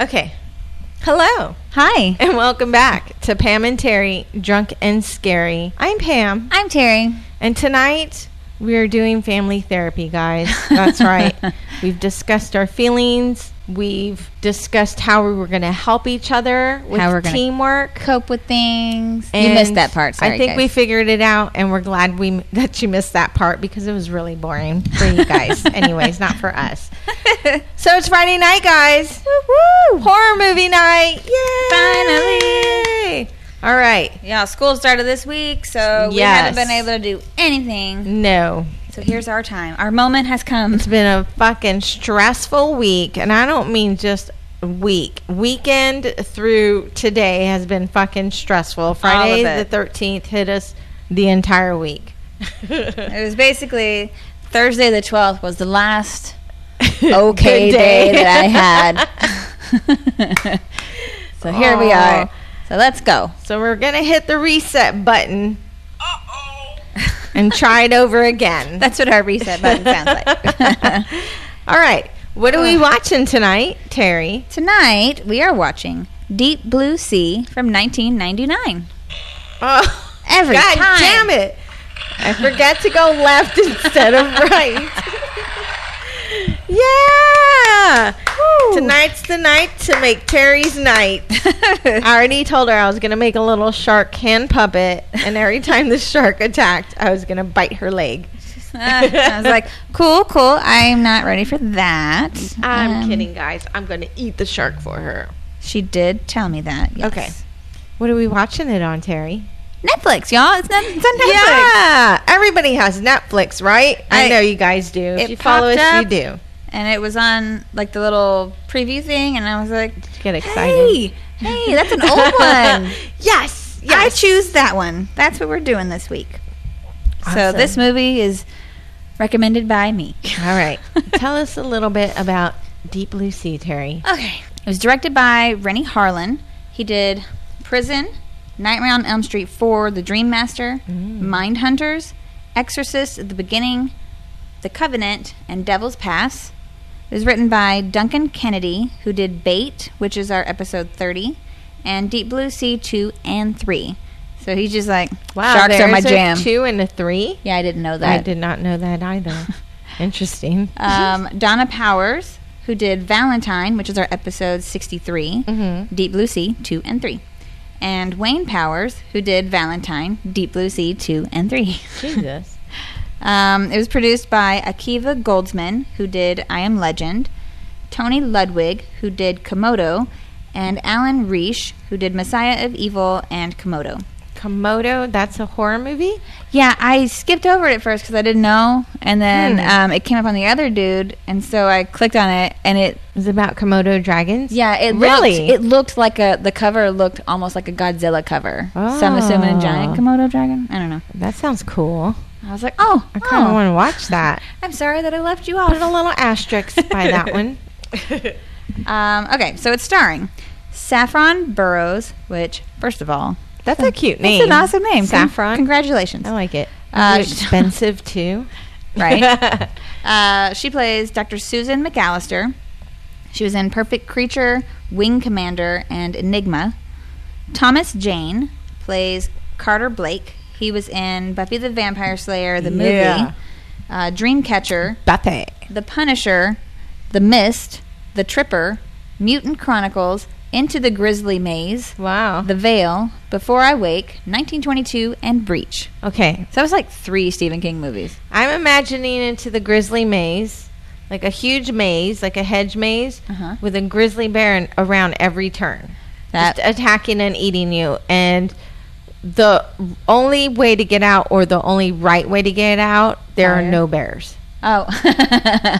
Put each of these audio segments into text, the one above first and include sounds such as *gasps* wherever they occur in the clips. Okay. Hello. Hi. And welcome back to Pam and Terry Drunk and Scary. I'm Pam. I'm Terry. And tonight we are doing family therapy, *laughs* guys. That's right. We've discussed our feelings. We've discussed how we were going to help each other with How we're gonna- teamwork. Cope with things. you And missed that part. Sorry, I think guys. we figured it out, and we're glad we *laughs* that you missed that part because it was really boring for you *laughs* guys. Anyways, not for us. So it's Friday night, guys. Woo! Horror movie night! Yay! Finally! All right. yeah, school started this week, so we Yes. haven't been able to do anything. No, So here's our time. Our moment has come. it's been a fucking stressful week, and I don't mean just week. Weekend through today has been fucking stressful. Friday the it. thirteenth hit us the entire *laughs* week. It was basically Thursday the 12th was the *laughs* last *laughs* Good okay day. that I *laughs* had. so here we Aw. are. So let's go. *laughs* So we're gonna hit the reset button *laughs* and try it over again. That's what our reset button sounds *laughs* like. *laughs* All right. What are we watching tonight, Terry? Tonight, we are watching Deep Blue Sea from 1999. Oh, Every God time. damn it! I forgot to go left *laughs* instead of right. *laughs* yeah. Tonight's the night to make Terry's night. *laughs* *laughs* I already told her I was gonna make a little shark hand puppet, and *laughs* every time the shark attacked, I was gonna bite her leg. I was like, cool, cool. I'm not ready for that. I'm Um, kidding, guys. I'm going to eat the shark for her. She did tell me that. yes. Okay. What are we watching it on, Terry? Netflix, y'all. It's, not, it's on Netflix. Yeah. Everybody has Netflix, right? I, I- know you guys do. If it you follow us, popped you up. do. And it was on like the little preview thing, and I was like, Get excited. hey, hey, that's *laughs* an old one. yes. Yes. I choose that one. That's what we're doing this week. So Awesome. this movie is recommended by me. All *laughs* right. Tell us a little bit about Deep Blue Sea, Terry. Okay. It was directed by Rennie Harlan. He did Prison, Nightmare on Elm Street 4, The Dream Master, Mm. Mind Hunters, Exorcist at the Beginning, The Covenant, and Devil's Pass. It was written by Duncan Kennedy, who did Bait, which is our episode 30, and Deep Blue Sea 2 and 3. So he's just like, sharks are my there's a jam. two and a three. yeah, I didn't know I that. did not know that *laughs* either. Interesting. um, Donna Powers, who did Valentine, which is our episode 63, Mm-hmm. Deep Blue Sea 2 and 3. And Wayne Powers, who did Valentine, Deep Blue Sea 2 and 3. Jesus. *laughs* Um, it was produced by Akiva Goldsman, who did I Am Legend, Tony Ludwig, who did Komodo, and Alan Reish, who did Messiah of Evil and Komodo. Komodo, that's a horror movie? Yeah, I skipped over it at first because I didn't know, and then Hmm. um, it came up on the other dude, and so I clicked on it, and it It's about Komodo dragons? Yeah, it Really? Looked, it looked like a the cover looked almost like a Godzilla cover. So I'm assuming a giant Oh. Komodo dragon. I don't know. That sounds cool. I was like, oh, I kind of oh. want to watch that. I'm sorry that I left you *laughs* Put a off. little asterisk by *laughs* that one. Um, okay, so it's starring Saffron Burrows, which first of all, That's a cute name. it's an awesome name. Con- Saffron. congratulations. I like it. Uh, Is *laughs* it expensive too. *laughs* Right. Uh, she plays Dr. Susan McAllister. She was in Perfect Creature, Wing Commander, and Enigma. Thomas Jane plays Carter Blake. He was in Buffy the Vampire Slayer, the movie, Yeah. uh, Dreamcatcher, Buffet. The Punisher, The Mist, The Tripper, Mutant Chronicles, Into the Grizzly Maze, Wow. The Veil, Before I Wake, 1922, and Breach. Okay. So that was like three Stephen King movies. I'm imagining into the grizzly maze, like a huge maze, like a hedge maze, Uh-huh. with a grizzly bear in, around every turn, That- just attacking and eating you. And the only way to get out, or the only right way to get out, there are Fire. no bears. Oh. *laughs*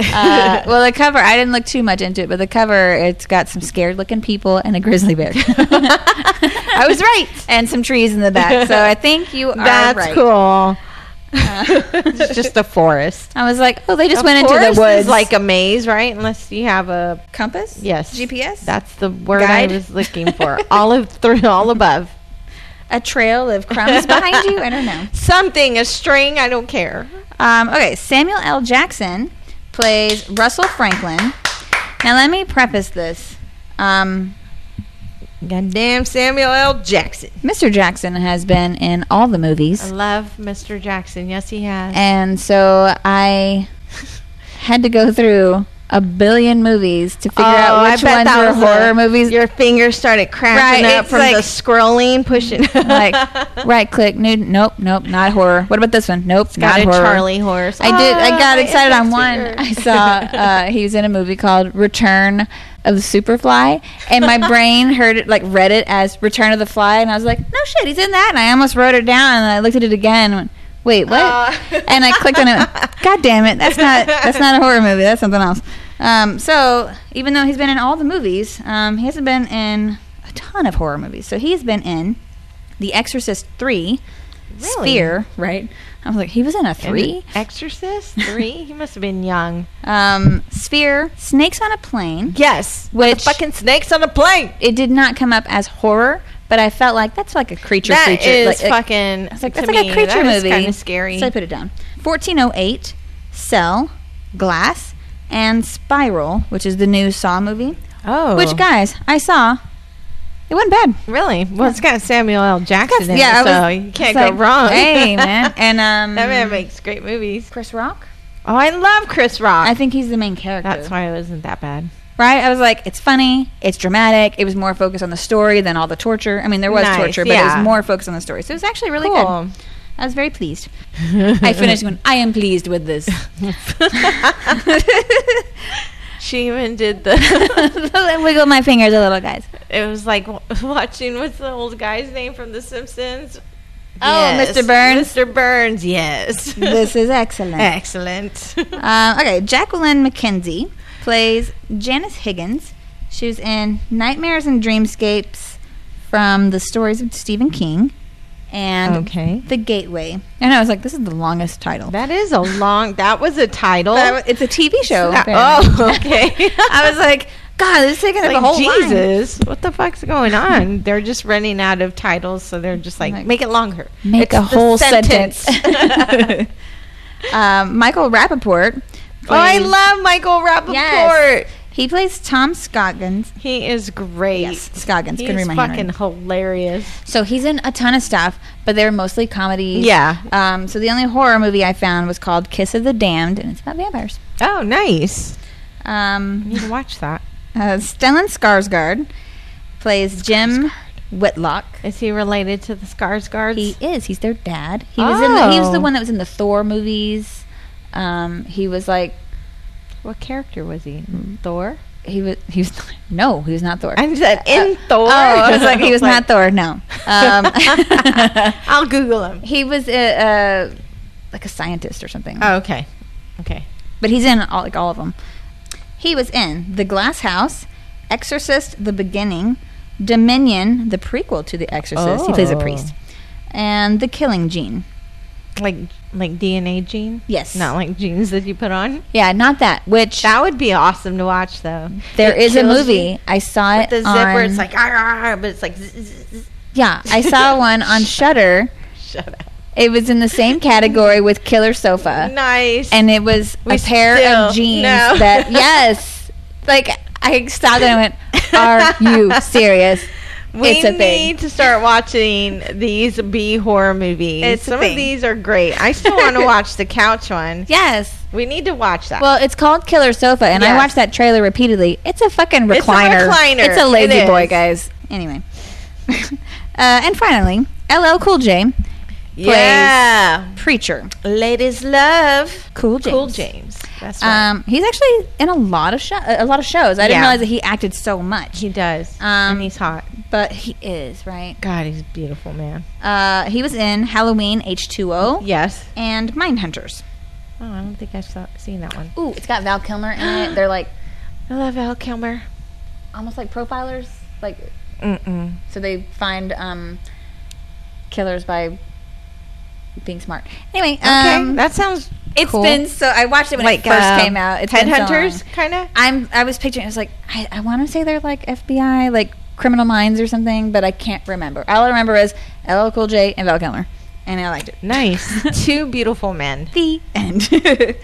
Uh, well, the cover, I didn't look too much into it, but the cover, it's got some scared looking people and a grizzly bear. *laughs* I was right. And some trees in the back. So I think you are That's right. *laughs* cool. it's just a forest. I was like, oh, they just A went into forest the is woods. like a maze, right? Unless you have a compass? yes GPS? That's the word Guide? I was looking for. all of through, all above. a trail of *laughs* crumbs behind you? I don't know. Something, a string. I don't care. Um, okay, Samuel L. Jackson plays Russell Franklin. Now, let me preface this. Um, Goddamn Samuel L. Jackson. Mr. Jackson has been in all the I movies, love Mr. Jackson. Yes, he has. and so I had to go through a billion movies to figure Oh, out I which bet ones that were was horror a- movies. Your fingers started cracking Right, up it's from the like- scrolling, *laughs* pushing. *laughs* like right click, nude, nope, nope, not horror. What about this one? Nope, got not a horror. Charlie horse. I did. I got Ah, excited on it's one. weird. I *laughs* saw uh, he was in a movie called Return of Superfly, *laughs* and my brain heard it like read it as Return of the Fly, and I was like, no shit, he's in that. And I almost wrote it down, and I looked at it again. And went, Wait, what? Aw. And I clicked on it. and went, God damn it! That's not that's not a horror movie. That's something else. Um, so even though he's been in all the movies, um, he hasn't been in a ton of horror movies. So he's been in The Exorcist Three, Really? Sphere, right? I was like, he was in a And three. *laughs* Exorcist three. he must have been young. Um, Sphere, Snakes on a Plane. Yes, Which fucking snakes on a plane. it did not come up as horror, but I felt like that's like a creature That is feature. like, like- fucking. I was like, to that's like me, a creature that is movie. Kind of scary. So I put it down. 1408, Cell, Glass, and Spiral, which is the new Saw movie. oh, Which guys, I saw. It wasn't bad. Really? Well, it's got Samuel L. Jackson. in yeah, it, so I was- you can't it's go like, wrong. *laughs* hey, man. And, um, that man makes great movies. Chris Rock. Oh, I love Chris Rock. I think he's the main character. That's why it wasn't that bad. right? I was like, it's funny, it's dramatic. It was more focused on the story than all the torture. I mean, there was Nice, torture, but it yeah. was more focused on the story. So it was actually really Cool. good. I was very *laughs* pleased. I finished going, I am pleased with this. *laughs* She even did the. *laughs* Wiggle my fingers a little, guys. it was like w- watching what's the old guy's name from The Simpsons? Oh, Mr. Burns. Mr. Burns, *laughs* yes. This is excellent. Excellent. Um, okay, Jacqueline McKenzie plays Janice Higgins. She was in Nightmares and Dreamscapes from the stories of Stephen King and *laughs* Okay. The Gateway. And I was like, this is the longest title. That is a long. That was a title. But I w- it's a TV show. That- apparently. oh, okay. *laughs* I was like, God, this is taking up Like, a whole line. Jesus, what the fuck's going on? they're just running out of titles, so they're just like, Like, make it longer. make It's a the whole sentence. *laughs* Um, Michael Rappaport. *laughs* oh, I plays- love Michael Rappaport. Yes. He plays Tom Scoggins. He is great. Yes, Scoggins. He's Couldn't remember him. fucking hilarious. So he's in a ton of stuff, but they're mostly comedies. Yeah. Um, so the only horror movie I found was called Kiss of the Damned, and it's about vampires. Oh, nice. I Um, need to *laughs* watch that. uh, Stellan Skarsgård plays Jim Whitlock. Is he related to the Scars Guards? He is. He's their dad. He was in. The, he was the Oh. one that was in the Thor movies. Um, he was like what character was he? Thor? he was he was *laughs* no he was not Thor. I said in Thor. Oh, *laughs* I was like he *laughs* was not Thor. No, um, *laughs* I'll Google him. he was a, uh like a scientist or something. Oh, okay. Okay. But he's in all, like all of them. He was in The Glass House, Exorcist: The Beginning, Dominion, the prequel to The Exorcist. He plays a Oh. priest, and The Killing Gene. Like like DNA gene? Yes. Not like genes that you put on. Yeah, not that. Which That would be awesome to watch though. there It is a kills movie. you I saw with it the zipper. on. It's like "Arr, arr, arr," but it's like zzz, zzz, zzz. yeah, *laughs* I saw one on Shutter. shut up. It was in the same category with Killer Sofa. Nice. and it was We a pair still- of jeans no. *laughs* that yes like i stopped and i went are *laughs* you serious we it's a need thing. to start watching these B horror movies. It's a Some thing. of these are great. I still want to *laughs* watch the couch one. yes We need to watch that. well it's called killer sofa and i Yes. watched that trailer repeatedly it's a fucking recliner It's a recliner. It's a lazy It boy is. guys anyway *laughs* uh, and finally ll cool j yeah, preacher ladies love cool james Cool James. That's right. um, he's actually in a lot of show, a lot of shows. I didn't Yeah. realize that he acted so much, he does, um, and he's hot. but he is right. God, he's a beautiful man. Uh, he was in Halloween H two O. Yes. and Mindhunters. Oh, I don't think I've saw, seen that one. Ooh, it's got Val Kilmer in it. They're like I love Al Kilmer. almost like profilers. Like Mm-mm. so they find um killers by being smart. Anyway, Okay, um that sounds it's cool. been so I watched it when it first um, came out. It's been so headhunters, long. kind of. I'm I was picturing I was like I, I want to say they're like FBI like criminal minds or something, but I can't remember. All I remember is LL Cool J and Val Kilmer. And I liked it. *laughs* Nice. *laughs* Two beautiful men. the end. *laughs*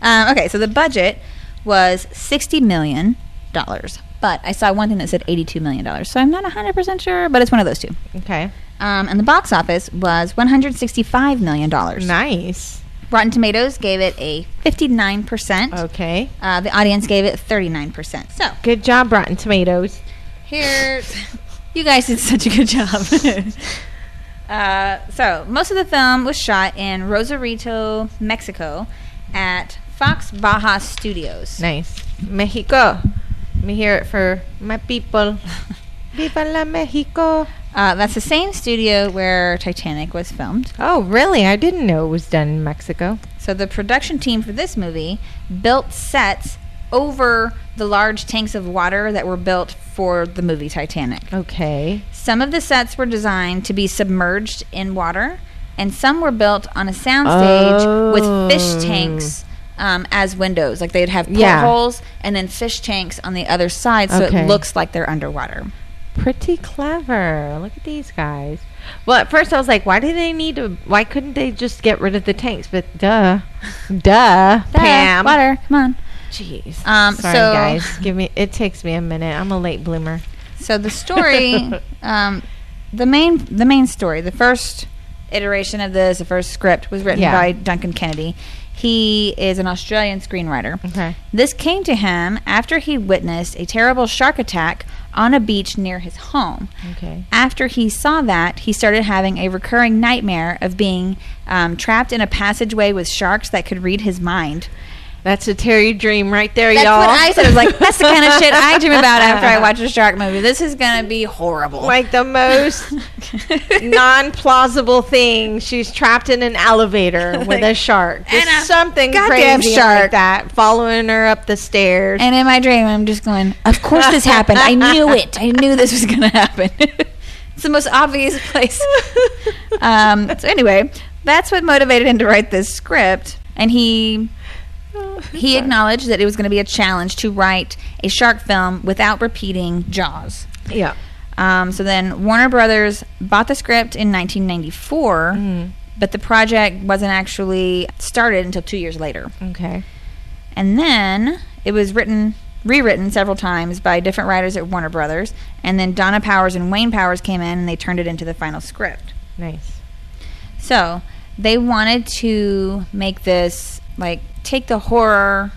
um, okay, so the budget was sixty million dollars. But I saw one thing that said $82 million, so I'm not 100% sure, but it's one of those two. Okay. Um, and the box office was $165 million. Nice. Rotten Tomatoes gave it a 59%. Okay. Uh, the audience gave it 39%. So Good job, Rotten Tomatoes. here, you guys did such a good job. *laughs* uh, so most of the film was shot in Rosarito, Mexico, at Fox Baja Studios. Nice. Mexico. Let me hear it for my people. Viva la Mexico. *laughs* Uh, that's the same studio where Titanic was filmed. Oh, really? I didn't know it was done in Mexico. So the production team for this movie built sets over the large tanks of water that were built for the movie Titanic. Okay. Some of the sets were designed to be submerged in water, and some were built on a soundstage with fish Oh. tanks um, as windows. Like they'd have Yeah. portholes and then fish tanks on the other side, so Okay. it looks like *laughs* they're underwater. Pretty clever. Look at these guys. Well, at first I was like, why do they need to? Why couldn't they just get rid of the tanks? But duh. Duh. Duh, Pam. water, *laughs* come on. Jeez. Um, Sorry, so- *laughs* guys. Give me. It takes me a minute. I'm a late bloomer. So the story, um, the main the main story, the first iteration of this, the first script was written Yeah. by Duncan Kennedy. He is an Australian screenwriter. Okay. This came to him after he witnessed a terrible shark attack on a beach near his home. Okay. After he saw that, he started having a recurring nightmare of being um, trapped in a passageway with sharks that could read his mind. That's a Terry dream right there, That's y'all. what I said. I was like, that's the kind of shit I dream about after I watch a shark movie. This is going to be horrible. *laughs* *laughs* like the most non plausible thing. She's trapped in an *laughs* elevator with a shark. Just And a something goddamn crazy like shark. that, following her up the stairs. And in my dream, I'm just going, Of course this happened. I knew it. I knew this was going to happen. *laughs* it's the most obvious place. um, so, anyway, that's what motivated him to write this script. And he. Oh, He acknowledged that it was going to be a challenge to write a shark film without repeating Jaws. yeah. Um, so then Warner Brothers bought the script in 1994, but the project wasn't actually started until two years later. Okay. And then it was written, rewritten several times by different writers at Warner Brothers. And then Donna Powers and Wayne Powers came in and they turned it into the final script. Nice. So they wanted to make this, like, take the horror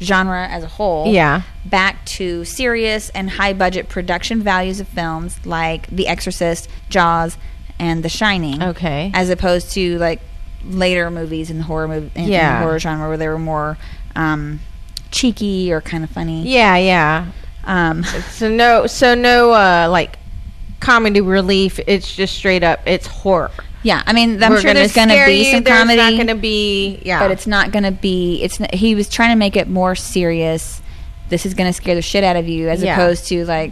genre as a whole Yeah. back to serious and high budget production values of films like The Exorcist, Jaws, and The Shining Okay. as opposed to like later movies in the horror movie in, in the Yeah. horror genre where they were more um, cheeky or kind of funny. yeah, yeah. Um, So no so no uh like comedy relief. It's just straight up it's horror. yeah, I mean, I'm We're sure there's going to scare be you, some there's comedy, not gonna be yeah. but it's not going to be. It's n- he was trying to make it more serious. This is going to scare the shit out of you, as Yeah. opposed to like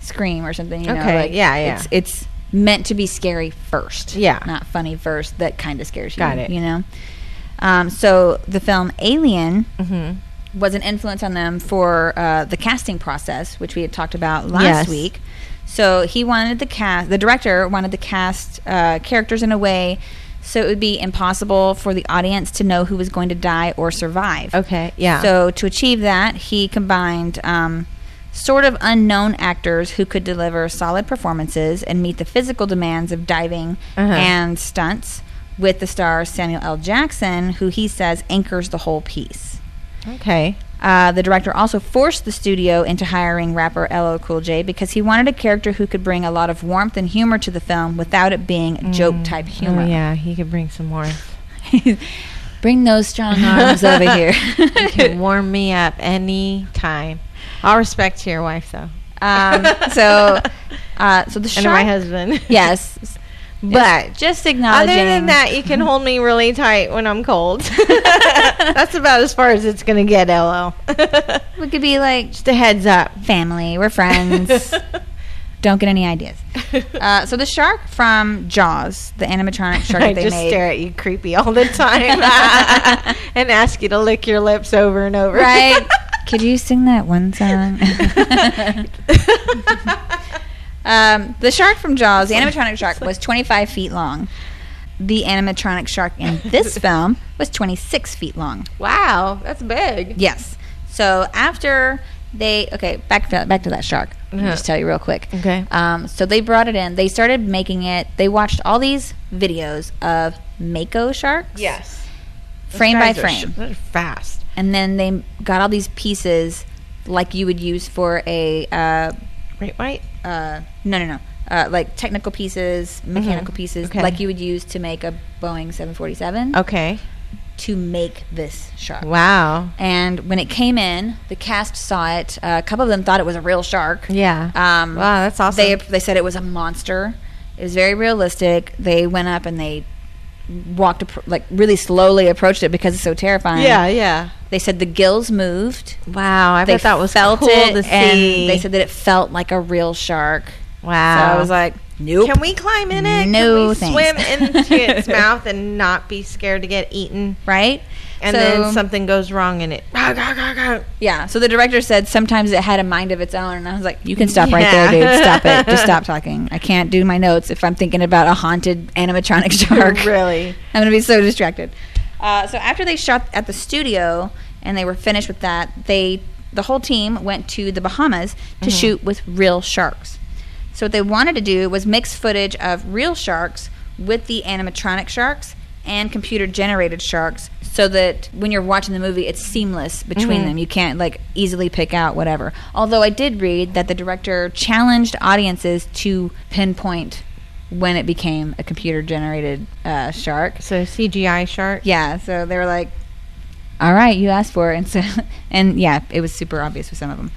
scream or something. You Okay, know, like, yeah, yeah. It's it's meant to be scary first. Yeah. not funny first. That kind of scares you. Got it. You know. Um, so the film Alien Mhm. was an influence on them for uh, the casting process, which we had talked about last Yes. week. So he wanted the cast, the director wanted to cast uh, characters in a way so it would be impossible for the audience to know who was going to die or survive. Okay, yeah. So to achieve that, he combined um, sort of unknown actors who could deliver solid performances and meet the physical demands of diving Uh-huh. and stunts with the star Samuel L. Jackson, who he says anchors the whole piece. okay. Uh, the director also forced the studio into hiring rapper LL Cool J because he wanted a character who could bring a lot of warmth and humor to the film without it being joke type humor. Mm. Oh yeah, he could bring some more. *laughs* bring those strong arms over *laughs* here. *laughs* You can warm me up any time. I'll respect your wife though, *laughs* um, so, uh, so the and shark. my husband. *laughs* Yes, but It's just other acknowledging. Mm-hmm. than that, you can hold me really tight when I'm *laughs* cold. *laughs* That's about as far as it's gonna get, LL. we could be *laughs* like Just a heads up. family. We're *laughs* *laughs* friends. Don't get any ideas. Uh, so the shark from Jaws, the animatronic *laughs* shark I that they just made. stare at you creepy all the *laughs* time and ask you to lick your lips over and over. *laughs* Right? *laughs* Could you sing that one song? *laughs* um, the shark from Jaws, the animatronic shark, was 25 feet long. The animatronic shark in *laughs* this film was 26 feet long. wow, that's big. Yes. So after They okay back to, back to that shark. Let me Yeah. just tell you real quick. Okay. Um, so they brought it in. They started making it. They watched all these videos of mako sharks. Yes. Frame by frame. fast. and then they got all these pieces like you would use for a uh, Right, right? uh, no no no uh, like technical pieces mechanical pieces Mm-hmm. Okay. like you would use to make a boeing 747 Okay. to make this shark Wow. and when it came in the cast saw it uh, a couple of them thought it was a real shark Yeah. um, Wow, that's awesome. they, they said it was a monster it was very realistic they went up and they walked appro- like really slowly approached it because it's so terrifying yeah, yeah. they said the gills moved Wow. I bet that was felt cool it, to see. and they said that it felt like a real shark. wow. So I was like, nope. Can we climb in it? Can No, thanks. we swim into *laughs* its mouth and not be scared to get eaten? right? And so, then something goes wrong in it. yeah. So the director said sometimes it had a mind of its own, and I was like, you can stop right there, Yeah. dude. Stop *laughs* it. Just stop talking. I can't do my notes if I'm thinking about a haunted animatronic *laughs* shark. Really? I'm gonna be so distracted. Uh, so after they shot at the studio and they were finished with that, they the whole team went to the Bahamas to shoot with real sharks. So what they wanted to do was mix footage of real sharks with the animatronic sharks and computer generated sharks so that when you're watching the movie it's seamless between them you can't like easily pick out whatever although i did read that the director challenged audiences to pinpoint when it became a computer generated uh, shark So CGI shark. yeah, so they were like, "All right, you asked for it," and so *laughs* and yeah, it was super obvious with some of them.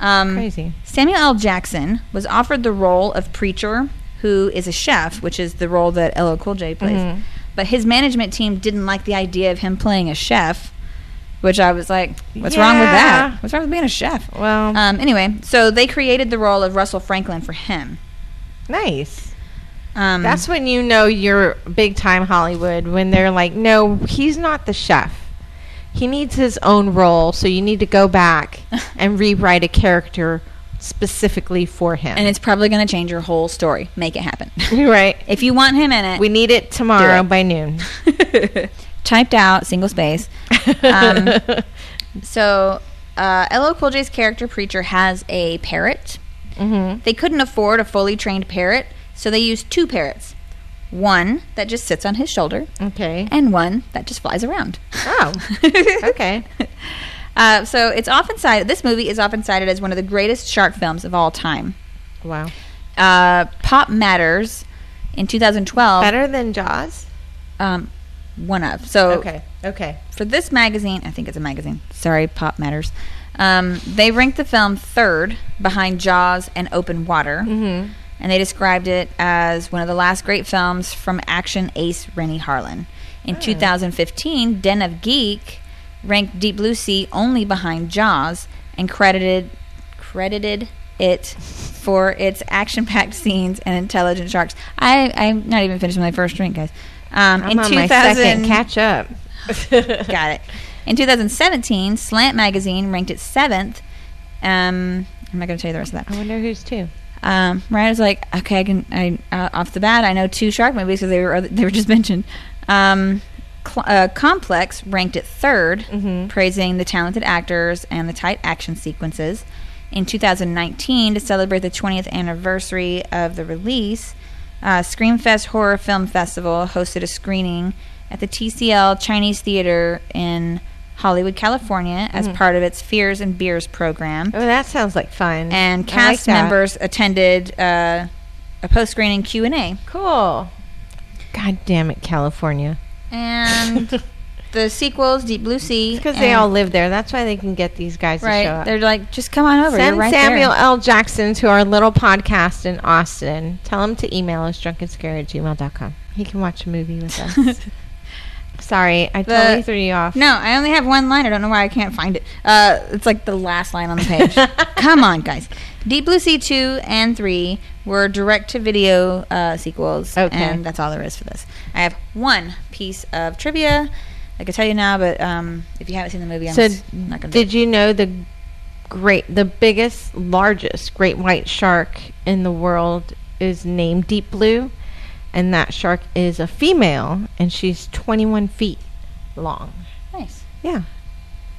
Um, Crazy. Samuel L. Jackson was offered the role of preacher, who is a chef, which is the role that LL Cool J plays. Mm-hmm. But his management team didn't like the idea of him playing a chef, which I was like, "What's wrong with Yeah. that? What's wrong with being a chef?" Well, Um, anyway, so they created the role of Russell Franklin for him. nice. Um, That's when you know you're big time Hollywood when they're like, no, he's not the chef. He needs his own role, so you need to go back and rewrite a character specifically for him. and it's probably going to change your whole story. Make it happen. *laughs* *laughs* right. if you want him in it, We need it tomorrow Do it. by noon. *laughs* typed out single space. Um, so, uh, LL Cool J's character Preacher has a parrot. Mhm. They couldn't afford a fully trained parrot, so they used two parrots. One that just sits on his shoulder, Okay. and one that just flies around. *laughs* Oh, okay. Uh, so it's often cited. This movie is often cited as one of the greatest shark films of all time. Wow. Uh, Pop Matters in 2012, Better than Jaws? um, one of. So Okay. Okay. for this magazine, I think it's a magazine. Sorry, Pop Matters. Um, they ranked the film third behind Jaws and Open Water, mm-hmm. and they described it as one of the last great films from action ace Rennie Harlan. In Hmm. 2015, Den of Geek ranked Deep Blue Sea only behind Jaws and credited credited it for its action-packed scenes and intelligent sharks. I, I'm not even finished with my first drink, guys. Um, I'm in on 2000, my second catch up. *laughs* Got it. In 2017, Slant magazine ranked it seventh. Um, I'm not going to tell you the rest of I that. wonder who's two. Um, Ryan was like, okay, I can. I uh, off the bat, I know two shark movies because they were *laughs* they were just mentioned. Um, Cl- uh, Complex ranked it 3rd praising the talented actors and the tight action sequences. In 2019, to celebrate the 20th anniversary of the release, uh, Screamfest Horror Film Festival hosted a screening at the TCL Chinese Theater in Hollywood, California, as part of its Fears and Beers program Oh, that sounds like fun. and I like cast that. members attended uh, a post screening Q and A. Cool. God damn it, California. *laughs* And the sequels, Deep Blue Sea, Because they and- all live there. That's why they can get these guys to show right. up. They're like, just come on over. Send You're right *laughs* Samuel there. L. Jackson to our little podcast in Austin. Tell him to email us drunkandscary at gmail.com. He can watch a movie with *laughs* us. Sorry, I The- totally threw you off. No, I only have one line. I don't know why I can't find it. Uh, it's like the last line on *laughs* the page. Come on, guys. Deep Blue Sea 2 and 3 were direct to video uh, sequels. Okay. And that's all there is for this. I have one piece of trivia. I could tell you now, but um, if you haven't seen the movie, I'm So, just not going to. did you know the great, the biggest, largest great white shark in the world is named Deep Blue? And that shark is a female, and she's 21 feet long. Nice. Yeah.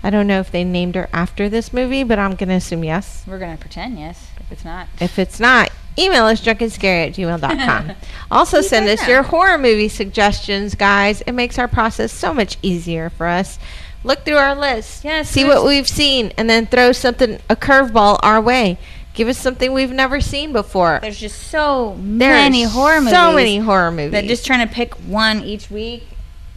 I don't know if they named her after this movie, but I'm going to assume yes. We're gonna pretend yes. If it's not, If it's not, email us drunkandscary at *laughs* gmail.com. also, You send don't us know. your horror movie suggestions, guys. It makes our process so much easier for us. Look through our list, Yes, see there's- what we've seen, and then throw something, a curveball, our way. Give us something we've never seen before. there's just so There are many horror movies. So many horror movies. That just trying to pick one each week,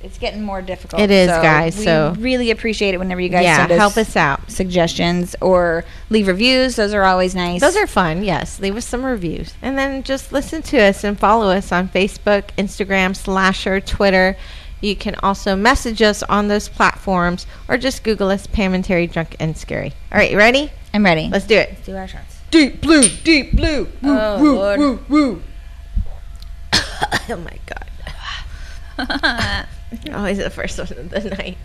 it's getting more difficult. It is, guys, We so- really appreciate it whenever you guys yeah, send us help us out. suggestions or leave reviews. Those are always nice. Those are fun, yes. Leave us some reviews. And then just listen to us and follow us on Facebook, Instagram, Slasher, Twitter. You can also message us on those platforms or just Google us, Pam and Terry Drunk and Scary. All right, you ready? I'm ready. Let's do it. *laughs* do our shots. Deep blue, deep blue. Woo, Oh, woo, Lord. woo, woo. *laughs* oh, my God. Always the first one of the night.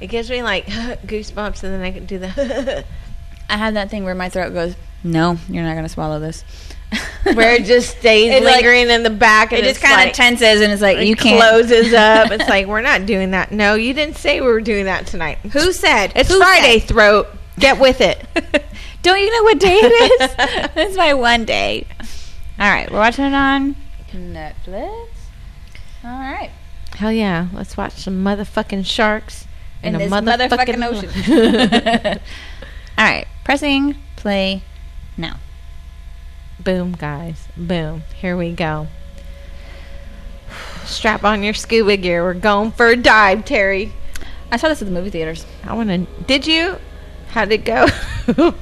It gives me like *laughs* goosebumps, and then I can do the. *laughs* I have that thing where my throat goes, "No, you're not gonna swallow this." where *laughs* it just stays It's like- lingering in the back. And it just it's kind of like- tenses and it's like you it can't closes *laughs* *laughs* up. It's like we're not doing that. No, you didn't say we were doing that tonight. Who said? It's Who Friday, throat. Get with it. said? Don't you know what day it is? *laughs* it's my one day. All right, we're watching it on Netflix. All right. *laughs* Hell yeah, let's watch some motherfucking sharks in, In a this motherfucking, motherfucking ocean. ocean. *laughs* All right, pressing play now. *laughs* Boom, guys. Boom. Here we go. Strap on your scuba gear. We're going for a dive, Terry. I saw this at the movie theaters. I want to. Did you? How'd it go? *laughs*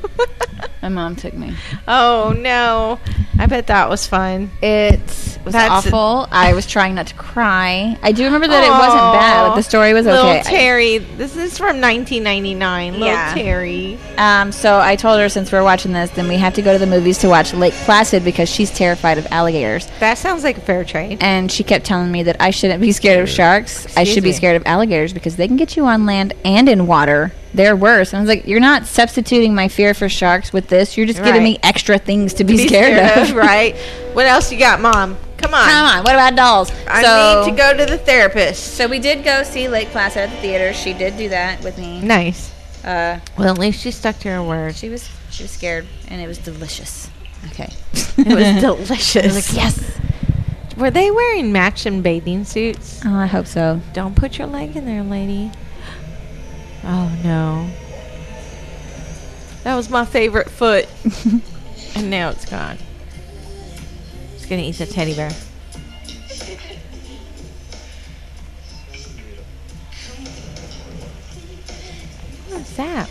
My mom took me. oh no! I bet that was fun. It was That's- awful. I was trying not to cry. I do remember that it wasn't bad. Like the story was okay. Little Terry, this is from 1999. Little Yeah. Terry. Um, so I told her since we're watching this, then we have to go to the movies to watch Lake Placid because she's terrified of alligators. That sounds like a fair *laughs* trade. And she kept telling me that I shouldn't be scared of sharks. I Excuse should be me. scared of alligators because they can get you on land and in water. They're worse. And I was like, you're not substituting my fear for sharks with this. You're just giving Right. me extra things to be, Be scared, of. right? What else you got, Mom? Come on. *laughs* Come on. What about dolls? I need to go to the therapist. So we did go see Lake Placid at the theater. She did do that with me. Nice. Uh, Well, at least she stuck to her word. she was she was scared, and it was delicious. Okay. It *laughs* was I was delicious. like, yes. Were they wearing matching bathing suits? Oh, I hope so. Don't put your leg in there, lady. Oh no. That was my favorite foot. and now it's gone. It's gonna eat the teddy bear. What was that?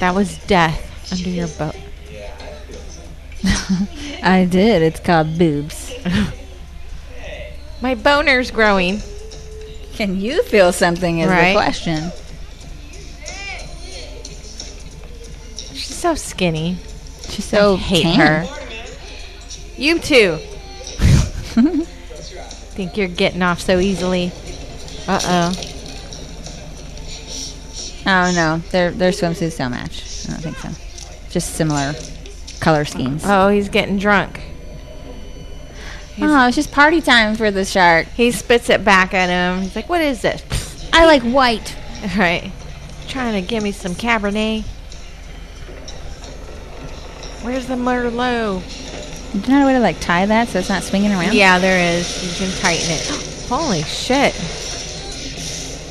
That was death under your boat. I did. It's called boobs. My boner's growing. Can you feel something? Is Right. the question. She's so skinny. She's I hate her. You too. *laughs* Think you're getting off so easily. Uh oh. Oh no, their their swimsuits don't match. I don't think so. Just similar color schemes. Oh, he's getting drunk. oh, it's just party time for the shark. He spits it back at him. He's like, "What is this?" *laughs* I like white. All right, trying to give me some Cabernet. Where's the Merlot? Do you know how to like tie that so it's not swinging around? Yeah, there is. You can tighten it. *gasps* Holy shit! *laughs*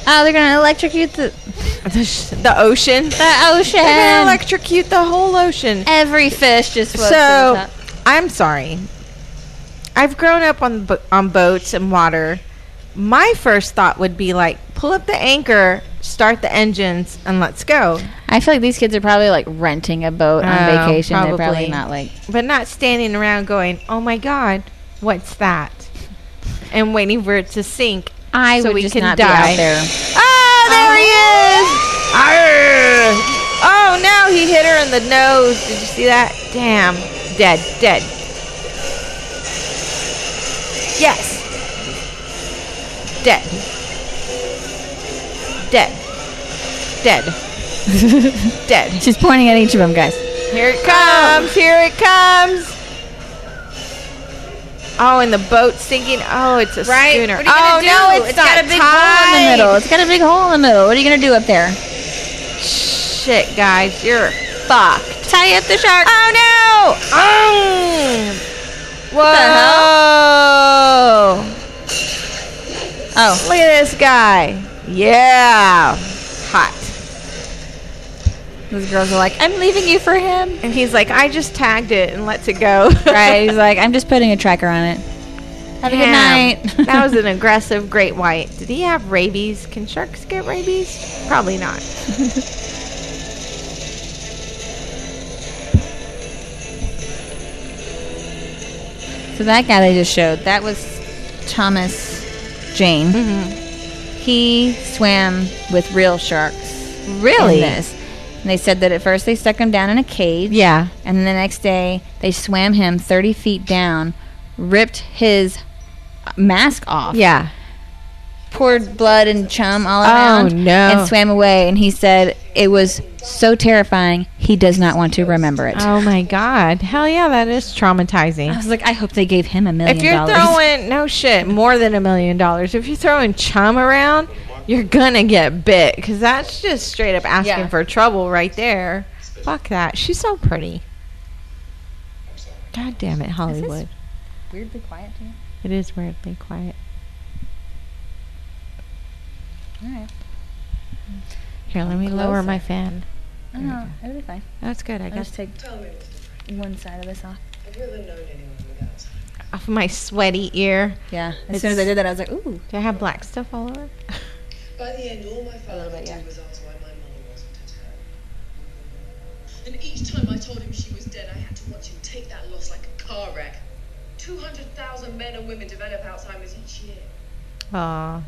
Oh, they're gonna electrocute the The, sh- the ocean. the They're gonna ocean. electrocute the whole ocean. Every fish just floats to the so top. i'm sorry i've grown up on bo- on boats and water my first thought would be like pull up the anchor start the engines and let's go I feel like these kids are probably like renting a boat on Oh, vacation. They're probably. probably not like but not standing around going oh my god what's that and waiting for it to sink I so would we just can not be die out there. oh there he is Arr! oh no he hit her in the nose did you see that damn dead dead Yes. Dead. Dead. Dead. *laughs* Dead. She's pointing at each of them, guys. Here it comes. Here it comes. Oh, and the boat sinking. Oh, it's a Right? schooner. What are oh you gonna no, do? it's, It's not got a big hole in tied. the middle. It's got a big hole in the middle. What are you gonna do up there? shit, guys. You're fucked. Tie up the shark. Oh no! Um. Whoa! Oh, Look at this guy. Yeah. Hot. those girls are like, I'm leaving you for him. And he's like, I just tagged it and lets it go. *laughs* Right? He's like, I'm just putting a tracker on it. Have a Damn. good *laughs* night. that was an aggressive great white. Did he have rabies? Can sharks get rabies? Probably not. so that guy they just showed. That was Thomas Jane. Mm-hmm. He swam with real sharks. Really? In this. And they said that at first they stuck him down in a cage. Yeah. And then the next day, they swam him 30 feet down, ripped his mask off, Yeah. poured blood and chum all around, no. and swam away. And he said it was so terrifying, he does not want to remember it. Oh my god. Hell yeah, that is traumatizing. I was like, I hope they gave him a million If you're dollars. throwing no shit, more than a million dollars. If you're throwing chum around, you're gonna get bit because that's just straight up asking Yeah. for trouble right there. Fuck that. She's so pretty. God damn it, Hollywood. Weirdly quiet, too. It is weirdly quiet. All right. Here, let me lower Closer. my fan. No, no, it'll be fine. That's good. I I'll guess just take one side of this off. off my sweaty ear. Yeah. As It's- soon as I did that, I was like, ooh. Do I have black stuff all *laughs* over? By the end, all my father bit, could yeah. do was ask why my mother wasn't at home. And each time I told him she was dead, I had to watch him take that loss like a car wreck. 200,000 men and women develop Alzheimer's each year. Aw.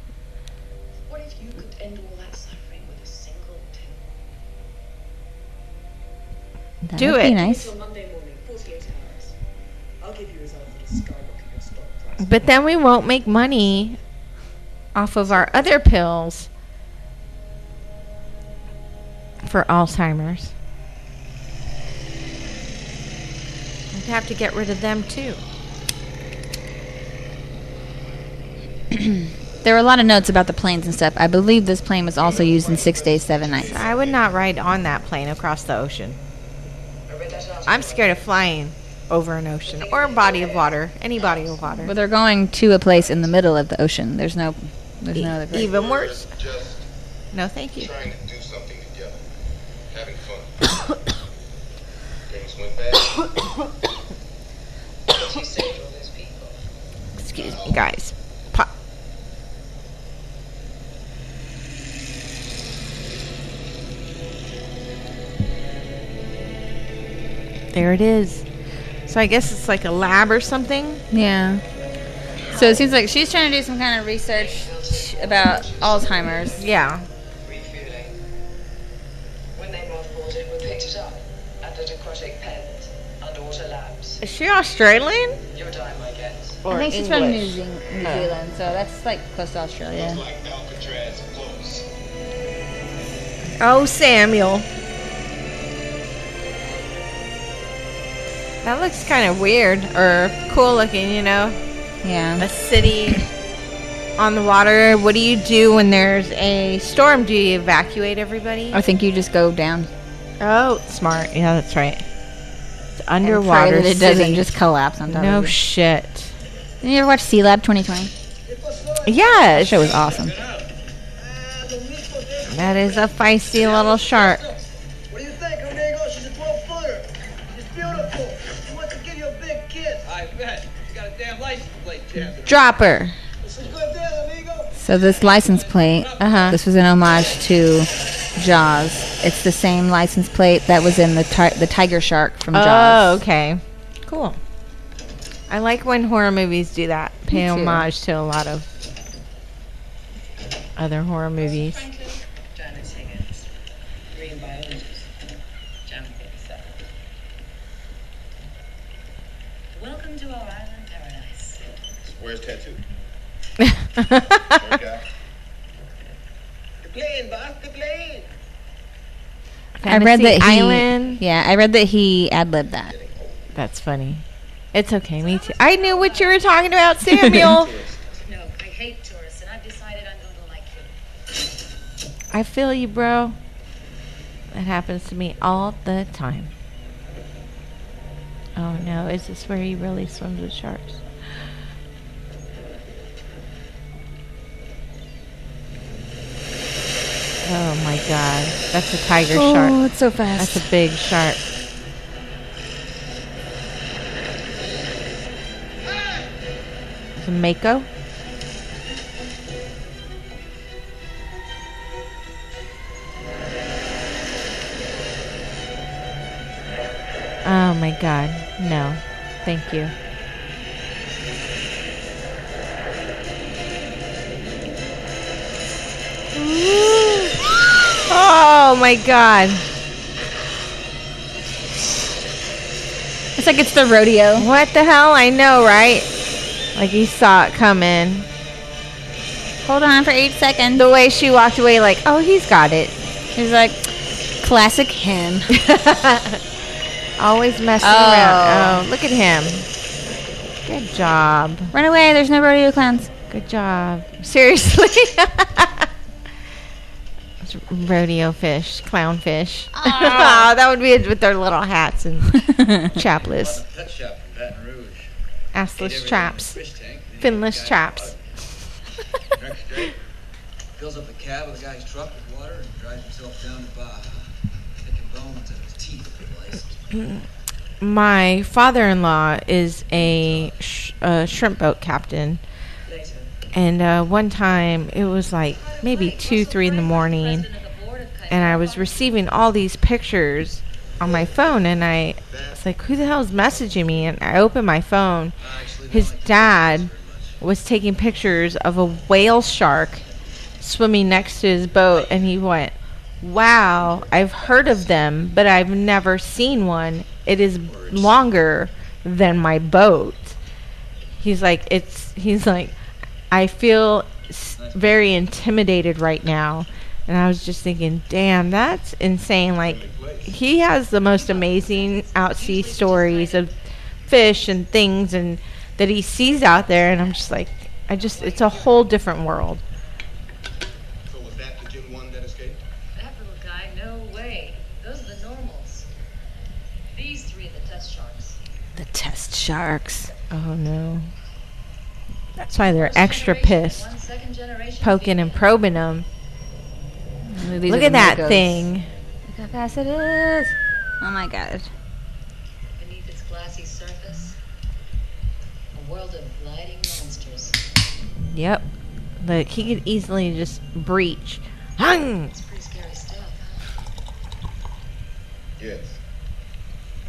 What if you could end all that suffering with a single pill? That Do would it. Be nice. Until Monday morning, 48 hours. I'll give you results that are skyrocketing your stock price. But then we won't make money off of our other pills for Alzheimer's. We'd have to get rid of them too. There were a lot of notes about the planes and stuff. I believe this plane was also used in six days, seven nights. I would not ride on that plane across the ocean. I read that out. I'm scared of flying over an ocean or a body of water, any body of water. Well, they're going to a place in the middle of the ocean. There's no, there's no other place. Even worse. Just No, thank you. trying to do something together, having fun. Things went bad. You saved all those people. Excuse me, guys. Pop. There it is. So I guess it's like a lab or something. Yeah. So it seems like she's trying to do some kind of research about Alzheimer's. Yeah. refueling. When they mothballed it, we picked it up at the necrotic pens, underwater labs. Is she Australian? Your dime, I guess. Or I think she's from English? New, Zealand, New Zealand, so that's like close to Australia. Like Alcatraz close. Oh, Samuel. That looks kind of weird or cool looking, you know? Yeah. a city on the water, what do you do when there's a storm? Do you evacuate everybody? I think you just go down Oh, smart. Yeah, that's right. It's and pray underwater. that it doesn't city. just collapse on top no of you. shit. you ever watch Sea Lab 2020? Yeah, That show was awesome. that is a feisty little shark. What do you think, Amigo? She's a 12 footer. She's beautiful. She wants to give you a big kiss. I bet. You got a damn license plate, Chad. Drop her. This is a good deal, amigo. So this license plate, Uh-huh. this was an homage to Jaws. It's the same license plate that was in the ti- the tiger shark from Oh, Jaws. okay. Cool. I like when horror movies do that. Pay too. homage to a lot of other horror *laughs* movies. Janet Higgins, marine biologist, Janet Higgins. Welcome to our island paradise. Where's *laughs* tattoo? I Okay. The plane, boss, the plane. I read that he, Island. Yeah, I read that he ad libbed that. That's funny. It's okay, me too. I knew what you were talking about, Samuel. *laughs* No, I hate tourists, and I've decided I'm going to like you. I feel you, bro. It happens to me all the time. Oh no, is this where he really swims with sharks? Oh my god. That's a tiger shark. Oh, it's so fast. That's a big shark. It's a mako? Oh my god. No. Thank you. *gasps* Oh my god. it's like it's the rodeo. What the hell? I know, right? Like he saw it coming. Hold on for eight seconds. The way she walked away, like, oh, he's got it. *laughs* He's like, classic *laughs* him. Always messing Oh. around. Oh, look at him. Good job. Run away. There's no rodeo clowns. *laughs* Good job. Seriously. *laughs* It's rodeo fish, clownfish. Oh, *laughs* that would be it with their little hats and chapless, Pet shop in Baton Rouge. Ate everything assless in chaps, *laughs* the fish tank, and then the finless guy chaps. drinks straight, Fills up the cab of the guy's truck with water and drives himself down to Baja. Picking bones out of his teeth, Christ. My father-in-law is a, sh- a shrimp boat captain. Later. And uh, one time, it was like maybe two, three in the morning, and I was receiving all these pictures on my phone, and I was like, "Who the hell's messaging me?" And I opened my phone. His dad was taking pictures of a whale shark swimming next to his boat, and he went, "Wow, I've heard of them, but I've never seen one. It is longer than my boat." He's like, "It's." He's like. I feel s- very intimidated right now. And I was just thinking, damn, that's insane. Like, he has the most amazing out sea stories of fish and things and that he sees out there. And I'm just like, I just, it's a whole different world. So was that the Gen 1 that escaped? That little guy, no way. Those are the normals. These three are the test sharks. The test sharks. Oh, no. That's why they're First extra generation, pissed, one second generation poking and female. probing them. Look at that thing. Look how fast it is. Oh my god. Beneath its glassy surface, a world of gliding monsters. Yep. Look, he could easily just breach. Hung! It's pretty scary stuff. Yes.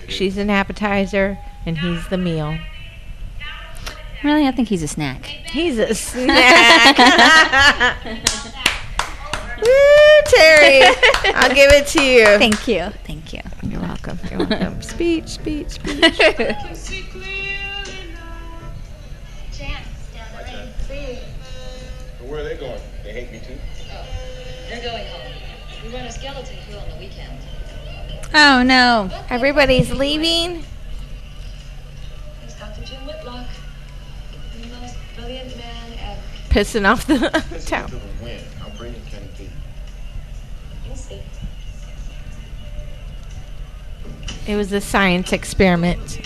It is. She's an appetizer and he's the meal. Really, I think he's a snack. *laughs* He's a snack. Woo, Terry. I'll give it to you. *laughs* Thank you. Thank you. You're welcome. You're welcome. speech, speech, speech. But where are they going? They hate me too? Oh, they're going home. We run a skeleton crew on the weekend. *laughs* Oh no. Everybody's leaving. He's Dr. Jim Whitlock, the most brilliant man ever. Pissing off the *laughs* Listen town. to the wind. How brilliant can it be? You'll see. It was a science experiment.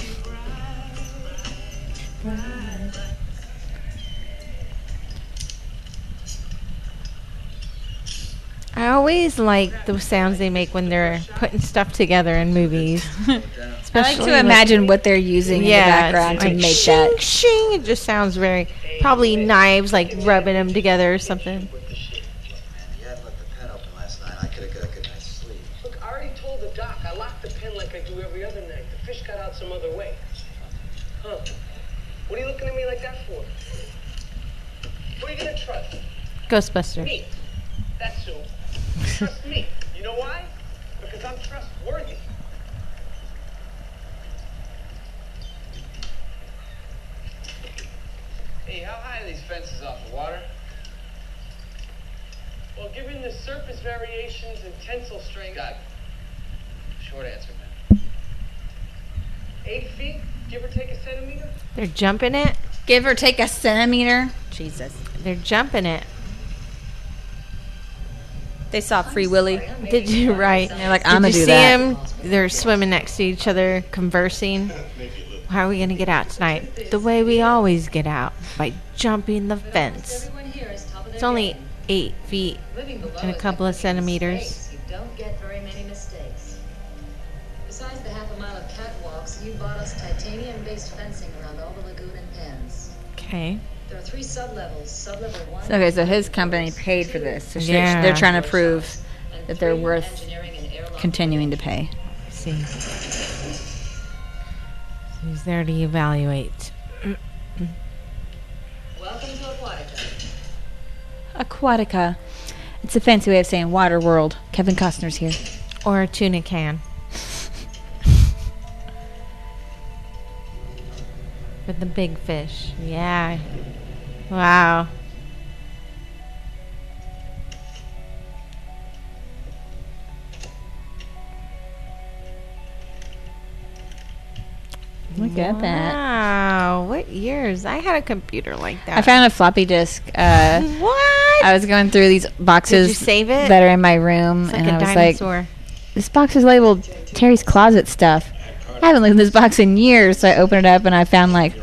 I always like the sounds they make when they're putting stuff together in movies. *laughs* I like Especially to imagine what they're using in the yeah, background it's to like make shing, that. shing. It just sounds very probably knives like rubbing them together or something. With the shit. Man, you had left the pen open last night. I could have got a good night's sleep. Look, I already told the doc I locked the pen like I do every other night. The fish got out some other way. Huh? What are you looking at me like that for? What are you gonna trust? Ghostbusters. Me. That's who. Trust me. You know why? Because I'm trustworthy. Hey, how high are these fences off the water? Well, given the surface variations and tensile strength, God. Short answer, man. eight feet, give or take a centimeter. They're jumping it. Give or take a centimeter. Jesus. They're jumping it. They saw Free Willy. Did you right? They're like, Did I'm gonna you do see that. them? They're swimming next to each other, conversing. How are we gonna get out tonight? The way we always get out by jumping the fence. Everyone here is top of their It's only game. eight feet. Moving below and a is couple like of making centimeters. mistakes. You don't get very many mistakes. Besides the half a mile of catwalks, you bought us titanium-based fencing around all the lagoon and pens. Okay. There are three sublevels. Sublevel one. Okay, so his company paid for this. So she- Yeah. they're trying to prove and that they're three, worth engineering and airlock. continuing to pay. See. He's there to evaluate. Welcome to Aquatica. Aquatica. It's a fancy way of saying water world. Kevin Costner's here. Or a tuna can. *laughs* With the big fish. Yeah. Wow. Look at that. Wow. What years? I had a computer like that. I found a floppy disk. Uh, what? I was going through these boxes save it? that are in my room, it's like and a I was like, dinosaur. "This box is labeled Terry's closet stuff." I haven't looked at this box in years, so I opened it up and I found like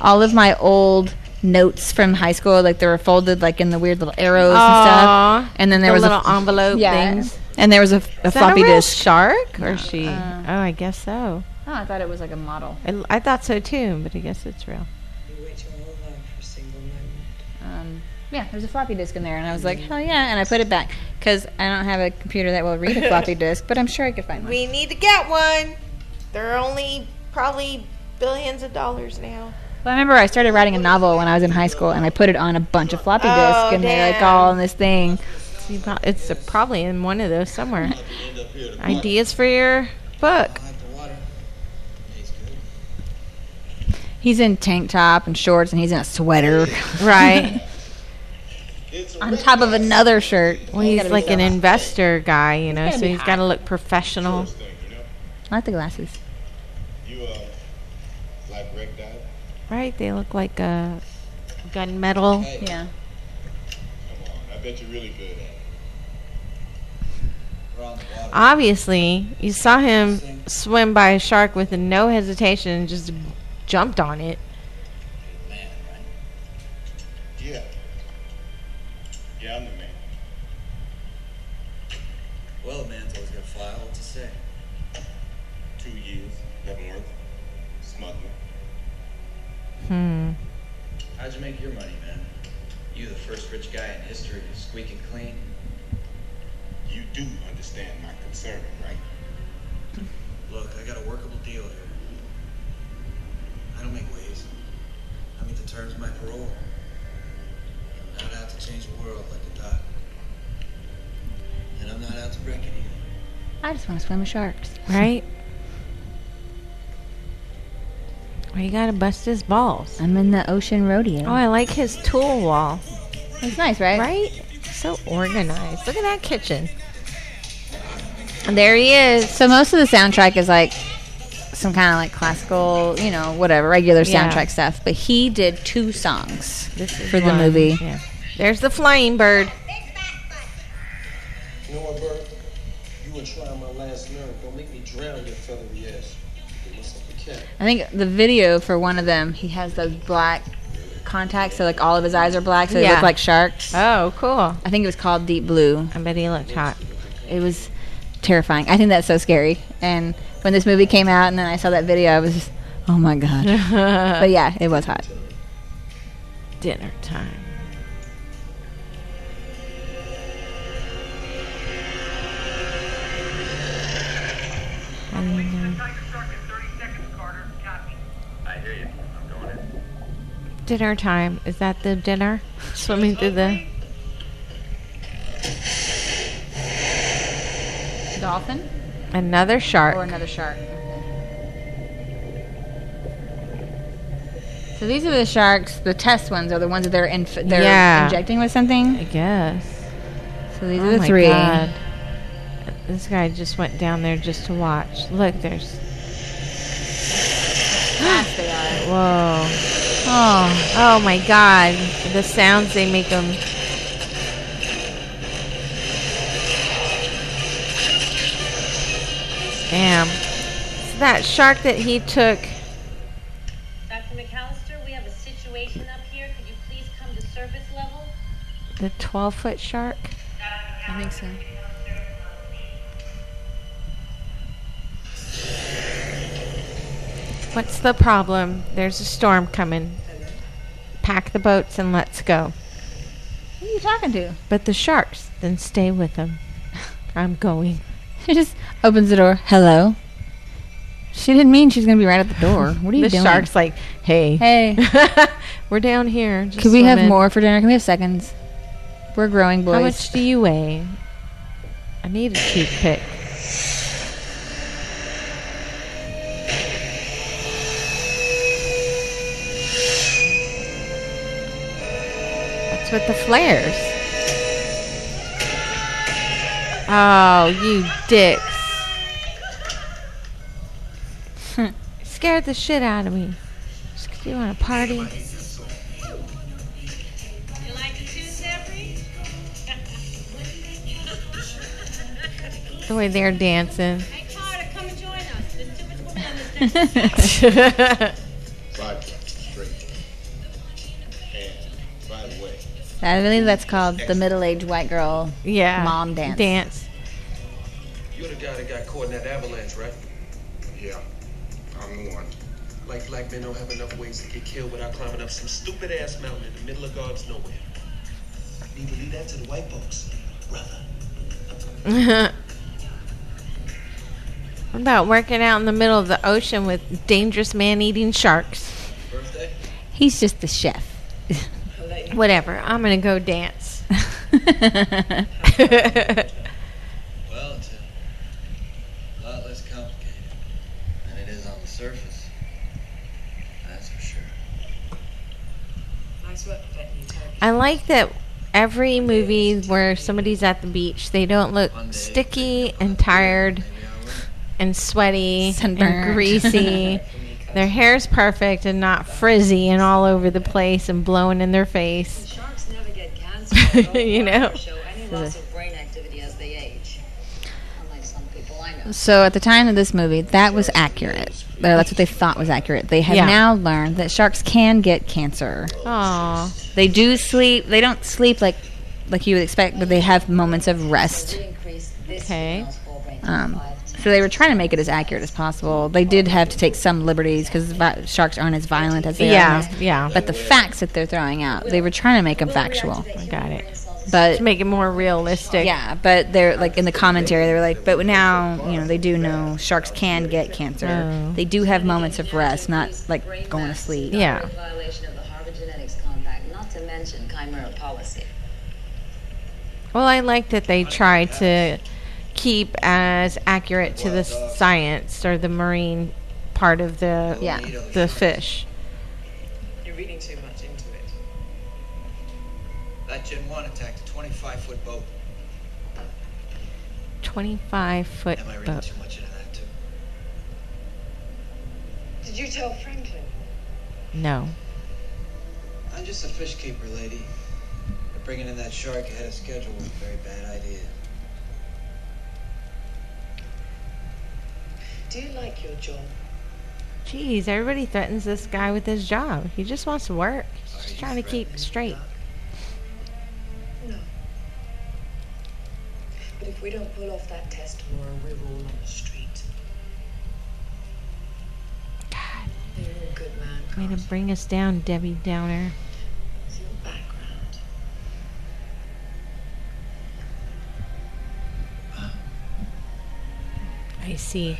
all of my old notes from high school. Like they were folded like in the weird little arrows and Aw. stuff. And then there the was little a, envelope yeah, things. Is and there was a, a that floppy a real disk. shark or she? uh, oh, I guess so. Oh, I thought it was like a model. I, I thought so too, but I guess it's real. You wait your whole life for a single moment. Um, yeah, there's a floppy disk in there, and I was like, hell yeah, and I put it back because I don't have a computer that will read a *laughs* floppy disk, but I'm sure I could find one. We need to get one. They're only probably billions of dollars now. Well, I remember I started writing a novel when I was in high school, and I put it on a bunch of floppy disks, Oh, and they're like damn. all in this thing. It's uh, probably in one of those somewhere. *laughs* Ideas for your book. I like the water. Tastes good. He's in tank top and shorts, and he's in a *laughs* sweater Right. on top of another shirt. Well, he's like an investor guy, you know, so he's got to look professional. First thing, you know, I like the glasses. you uh, like wrecked out. Right? They look like a gunmetal. Hey, Yeah. Come on, I bet you're really good at it. we're on the water. Obviously, you saw him swim by a shark with no hesitation and just jumped on it. Man, right? Yeah. Yeah, I'm the man. Well, a man's always gonna fly. What to say? Two years, Leavenworth, smuggler. Hmm. How'd you make your money, man? You, the first rich guy in history to squeak it clean. You do understand my concern, right? Look, I got a workable deal here. I don't make waves. I meet the terms of my parole. I'm not out to change the world like a dot. And I'm not out to wreck it either. I just want to swim with sharks. Right? Well, you got to bust his balls. I'm in the ocean rodeo. Oh, I like his tool wall. it's nice, right? Right? So organized. Look at that kitchen. There he is. So most of the soundtrack is like some kind of like classical, you know, whatever, regular Yeah. soundtrack stuff. But he did two songs This is for the one. movie. Yeah. There's the flying bird. You know what, Bert? You were trying my last nerve. Don't make me drown your feathery ass. You must have cat. I think the video for one of them, he has those black contacts, so like all of his eyes are black, so they Yeah. look like sharks. Oh, cool. I think it was called Deep Blue. I bet he looked *laughs* hot. It was terrifying. I think that's so scary. And when this movie came out, and then I saw that video, I was just, oh my god. but yeah, it was hot. Dinner time. I hear you. I'm going in. Dinner time. Is that the dinner? *laughs* Swimming through the. Dolphin Another or shark. another shark. So these are the sharks. The test ones are the ones that they're inf- they're Yeah. injecting with I something. guess. So these Oh are the my three. God. *gasps* This guy just went down there just to watch. Look, there's. Yes, they are. Whoa. Oh, oh my God. The sounds they make them. Damn. So that shark that he took. Dr. McAllister, we have a situation up here. Could you please come to surface level? The 12 foot shark? I think so. What's the problem? There's a storm coming. Pack the boats and let's go. Who are you talking to? But the sharks, then stay with them. *laughs* I'm going. *laughs* She just opens the door. Hello. She didn't mean she's gonna be right at the door. What are you the doing? shark's like, hey. *laughs* Hey, *laughs* We're down here. Just could we have swimming. more for dinner? Can we have seconds? We're growing, boys. How much do you weigh? I need a toothpick. That's with the flares. Oh, you dicks. Hm. Scared the shit out of me. Just 'cause you want to party. You like it too, Zephyr? The way they're dancing. *laughs* Hey, Carter, come and join us. There's too much women on this deck. Vodka, straight. And, by the way, I believe that's called the middle-aged white girl. yeah. Mom dance. Dance. *laughs* You're the guy that got caught in that avalanche, right? yeah, I'm the one. Like black men don't have enough ways to get killed without climbing up some stupid ass mountain in the middle of God's nowhere. Need to leave that to the white folks, brother. what about working out in the middle of the ocean with dangerous man eating sharks? Birthday? He's just the chef. *laughs* Whatever. I'm going to go dance. *laughs* Well, it's a lot less complicated than it is on the surface. That's for sure. Nice work, Brittany. I like that every movie where somebody's at the beach, they don't look sticky and tired Maybe I will. and sweaty and Sunburned. *laughs* greasy. Their hair's perfect and not frizzy and all over the place and blowing in their face. Sharks never *laughs* get cancer. or You know. Show any loss of brain activity as they age. Unlike some people I know. So at the time of this movie, that was accurate. Or That's what they thought was accurate. They have Yeah. now learned that sharks can get cancer. Aw. They do sleep. They don't sleep like like you would expect, but they have moments of rest. Increase this Okay. female's fall rate to Um, five times. so they were trying to make it as accurate as possible. They did have to take some liberties because vi- sharks aren't as violent as they are. in Yeah, this. yeah. But the facts that they're throwing out, they were trying to make them factual. Got it. But Make it more realistic. yeah, but they're like in the commentary, they were like, but now you know they do know sharks can get cancer. Oh. They do have moments of rest, not like going to sleep. Yeah. Violation of the Harvard Genetics Compact, not to mention chimera policy. Well, I like that they try to keep as accurate to the s- science or the marine part of the Yeah. the fish. You're reading too much into it. That Gen 1 attacked a 25 foot boat. Twenty five foot Am I reading boat. too much into that, too? Did you tell Franklin? No. I'm just a fish keeper, lady. But bringing in that shark ahead of schedule was a very bad idea. Do you like your job? Jeez, everybody threatens this guy with his job. He just wants to work. He's just trying to keep straight. No. But if we don't pull off that test tomorrow, we're all on the street. You're a good man, Way to Carter. bring us down, Debbie Downer. It's your background. I see.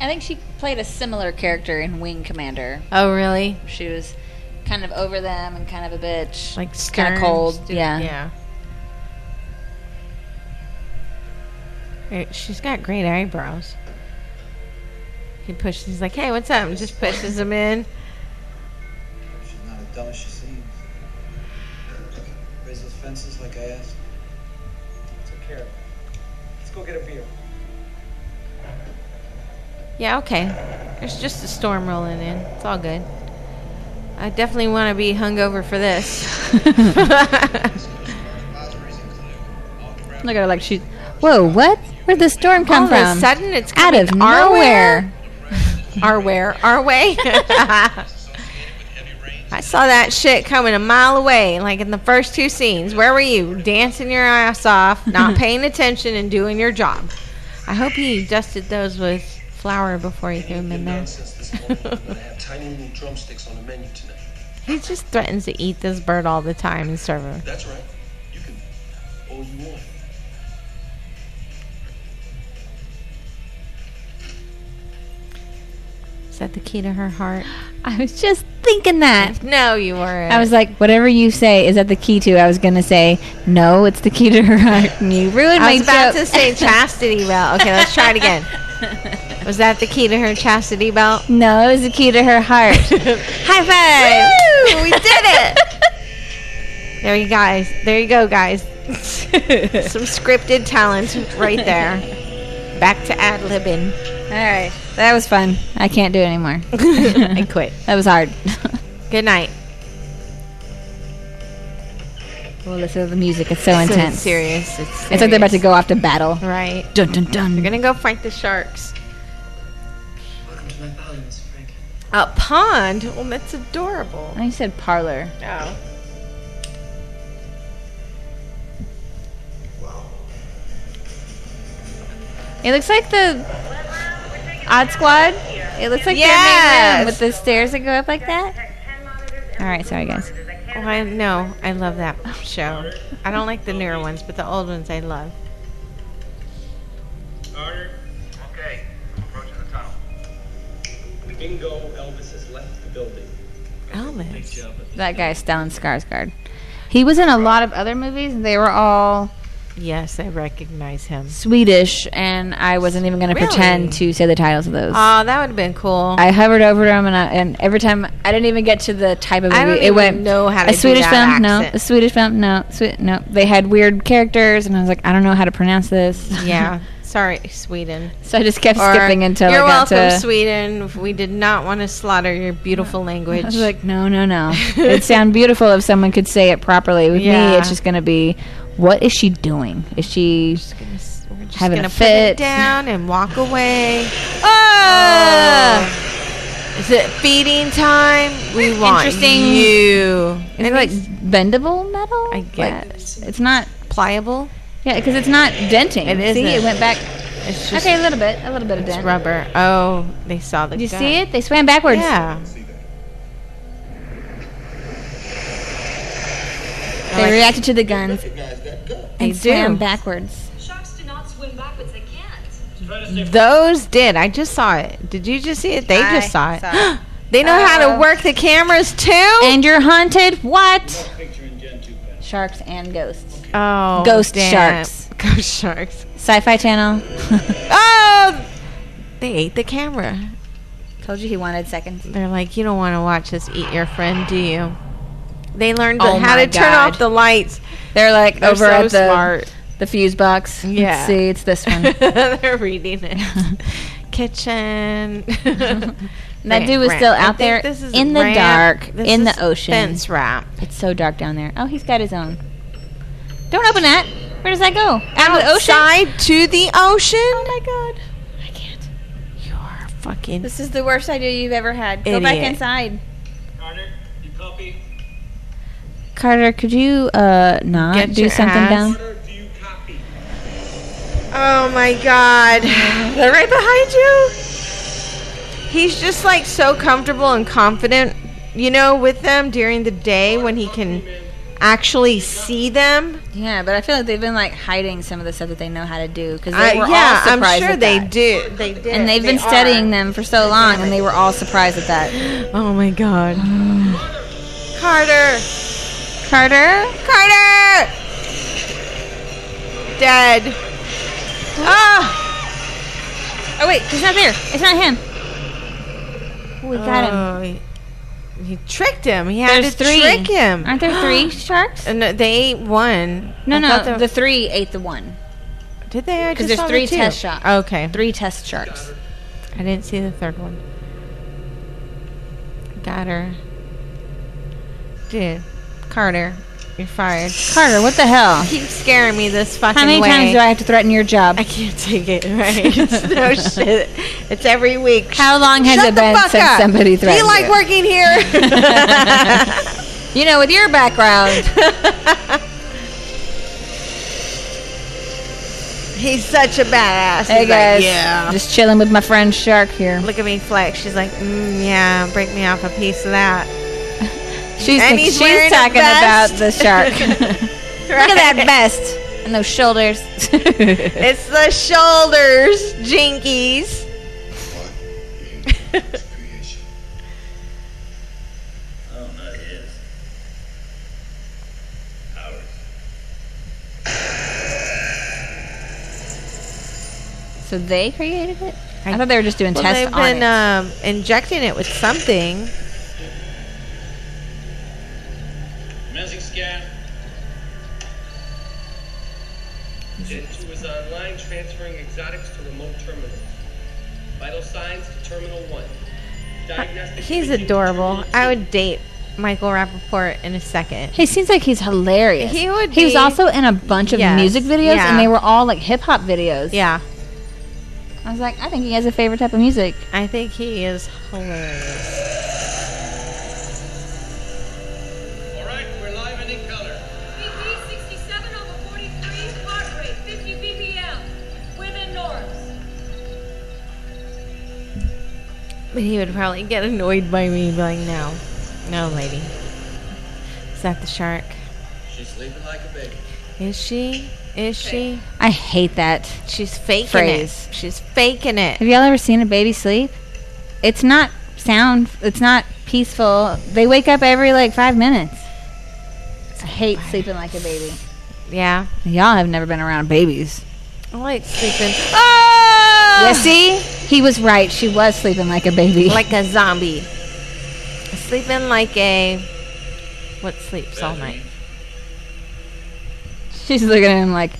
I think she played a similar character in Wing Commander. Oh, really? She was kind of over them and kind of a bitch, Like kind stern, of cold. stu- yeah. Yeah. Right, She's got great eyebrows. He pushes. He's like, "Hey, what's up?" And just pushes him in. She's not as dumb as she seems. Raise those fences like I asked. Took care of it. Let's go get a beer. Yeah, okay. There's just a storm rolling in. It's all good. I definitely want to be hungover for *laughs* this. Look at her like she's. Whoa, what? Where'd the storm come All from? of a sudden, it's Out coming of our nowhere. way. Our where? Our *laughs* way. I saw that shit coming a mile away, like in the first two scenes. Where were you? Dancing your ass off, *laughs* not paying attention, and doing your job. I hope he dusted those with flour before he threw them in there. *laughs* have tiny little drumsticks on the menu tonight. he just threatens to eat this bird all the time and serve him. That's right. You can all you want. Is that the key to her heart? I was just thinking that. No, you weren't. I was like, whatever you say is that the key to. I was gonna say, no, it's the key to her heart. And you ruined my I was about joke. to say chastity belt. Okay, let's try it *laughs* again. Was that the key to her chastity belt? *laughs* no, it was the key to her heart. *laughs* High five! Woo! We did it! There you guys. There you go, *laughs* guys. Some scripted talent right there. Back to ad libbing. *laughs* *laughs* All right, that was fun. I can't do it anymore. I quit. That was hard. Good night. *laughs* well, listen to the music. It's so So intense. It's serious. It's, serious. It's like they're about to go off to battle. Right. Dun dun dun. We're gonna go fight the sharks. Welcome to my valley, Mr. Frank. A pond? Well, that's adorable. I said parlor. Oh. It looks like the Odd Squad. It looks like their main Yes. room with the stairs that go up like that. All right, sorry guys. Oh, I no, I love that show. I don't like the newer ones, but the old ones I love. Order. Okay, approaching the tunnel. Bingo. Elvis has left the building. Oh, Elvis. That guy, Stellan Skarsgård. He was in a lot of other movies. and They were all Yes, I recognize him. Swedish, and I wasn't even going to Really? pretend to say the titles of those. Oh, that would have been cool. I *laughs* hovered over them, and, I, and every time I didn't even get to the type of movie. I don't it even went know how to a do Swedish that film, no, accent. a Swedish film, no, Swe- no. They had weird characters, and I was like, I don't know how to pronounce this. *laughs* yeah. Sorry, Sweden. so I just kept Or, skipping until you're I got welcome, to. Sweden. We did not want to slaughter your beautiful language. I was like, no, *laughs* no, no. It'd sound beautiful if someone could say it properly. With me, Yeah. it's just going to be, what is she doing? Is she we're just having gonna a put it fit. down and walk away. Ah! oh. Is it feeding time? We want Interesting. you. It's And like it's bendable metal. I Like, guess. it's not. pliable. Yeah, because it's not denting. It See, it isn't. went back. It's just Okay, a little bit, a little bit of it's dent. rubber. Oh, they saw the. Did you gun. see it? They swam backwards. Yeah. They reacted to the guns Recognize that gun. They and swam do. backwards. Sharks do not swim backwards, they can't. Those did. I just saw it. Did you just see it? They just saw it. *gasps* they know how to work the cameras too. Oh. And you're haunted. What? Sharks and ghosts. oh, Ghost damn. sharks. *laughs* Ghost sharks. Sci-Fi Channel. *laughs* Oh, they ate the camera. Told you he wanted seconds. They're like, you don't want to watch us eat your friend, do you? They learned Oh how my to turn God. off the lights. They're like They're over so at the smart. the fuse box. Let's Yeah. see, it's this one. *laughs* They're reading *laughs* it. Kitchen. And that dude was still out there in the dark, in the ocean. Fence wrap. It's so dark down there. Oh, he's got his own. Don't open that. Where does that go? Out of the ocean. Side to the ocean. Oh my god. I can't. You are a fucking This is the worst idea you've ever had. Go back Idiot. inside. Carter, could you uh not Get do your something ass. down? Oh my god. They're right behind you. He's just like so comfortable and confident, you know, with them during the day when he can actually see them. Yeah, but I feel like they've been like hiding some of the stuff that they know how to do because I- they were yeah, all I'm surprised. sure at they that. do. They did. And they've been They studying are. them for so long, and they were all surprised at that. Oh my *sighs* god. Carter. Carter, Carter. Dead. Ah. Oh wait, he's not there. It's not him. We got him. Oh, he- He tricked him. He had There's to three. trick him. Aren't *gasps* there three sharks? Uh, No, they ate one. No, I no, thought the, there- three ate the one. did they? I 'cause just there's saw the three two. test shots. Okay, Three test sharks. I didn't see the third one. Got her, dude. Carter, You're fired. Carter, what the hell? Keep scaring me this fucking How many way. times do I have to threaten your job? I can't take it. Right? *laughs* It's no shit. It's every week. How long has Shut it the been fuck since up. somebody Do threatened you like you? working *laughs* here? You know, with your background. He's such a badass. He's hey like, guys, yeah. just chilling with my friend Shark here. Look at me flex. She's like, mm, yeah, break me off a piece of that. She's, And he's she's wearing a talking about vest. the shark. *laughs* Look Right? at that vest and those shoulders. *laughs* It's the shoulders, jinkies. What? creation. Oh, no, it is. Howard. so they created it. I, thought they were just doing Well, tests they've on been it. um, injecting it with something. Amazing scan. Jet 2 is online, transferring exotics to remote terminal. Vital signs to terminal 1. Diagnostic He's imaging to adorable. terminal I two. would date Michael Rappaport in a second. he seems like he's hilarious. He would He was be- also in a bunch of Yes, music videos, yeah. and they were all like hip hop videos. Yeah, I was like, I think he has a favorite type of music. I think he is hilarious. All right, we're live and in color. BP 67 over 43, heart rate 50 BPM, women norms. But he would probably get annoyed by me being like, no, no, lady. Is that the shark? She's sleeping like a baby. Is she? Is she? I hate that. She's faking Phrase. it. She's faking it. Have y'all ever seen a baby sleep? It's not sound. It's not peaceful. They wake up every like five minutes. I hate sleeping like a baby. Yeah. Y'all have never been around babies. I like sleeping. Oh! Yeah, see, Ah! he was right. She was sleeping like a baby. Like a zombie. Sleeping like a. What sleeps all night? *laughs* she's looking at him like,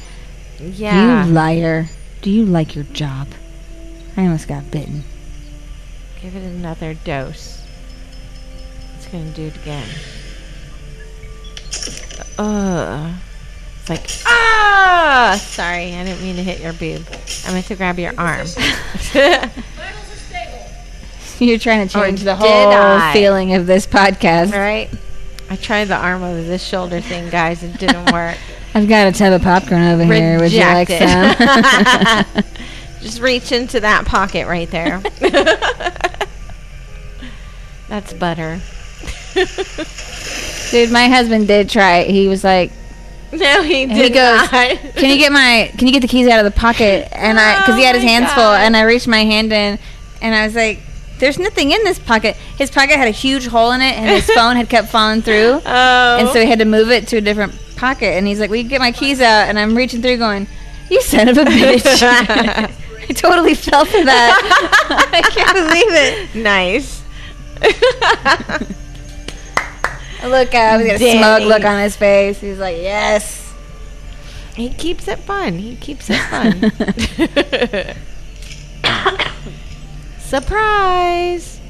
"You Yeah. liar! Do you like your job?" I almost got bitten. Give it another dose. It's gonna do it again. Ugh. It's like, ah! Sorry, I didn't mean to hit your boob. I meant to grab your arm. Vitals are stable. *laughs* You're trying to Or change the did whole I? feeling of this podcast. All right. I tried the arm over this shoulder thing, guys. It didn't work. I've got a tub of popcorn over here. Would you like Rejected. *laughs* some? Just reach into that pocket right there. That's butter. Dude, my husband did try. it. He was like, *laughs* No, he did And he goes, not. *laughs* "Can you get my? Can you get the keys out of the pocket?" And I, because he had his Oh my hands full, God. and I reached my hand in, and I was like, "There's nothing in this pocket." His pocket had a huge hole in it, and *laughs* his phone had kept falling through, Oh. and so he had to move it to a different pocket. And he's like, "We get my keys out," and I'm reaching through, going, "You son of a *laughs* bitch!" I totally fell for that. *laughs* I can't believe it. nice. Look, uh, we got a Daddy. smug look on his face. He's like, "Yes." *laughs* he keeps it fun. He keeps it *laughs* fun. Surprise.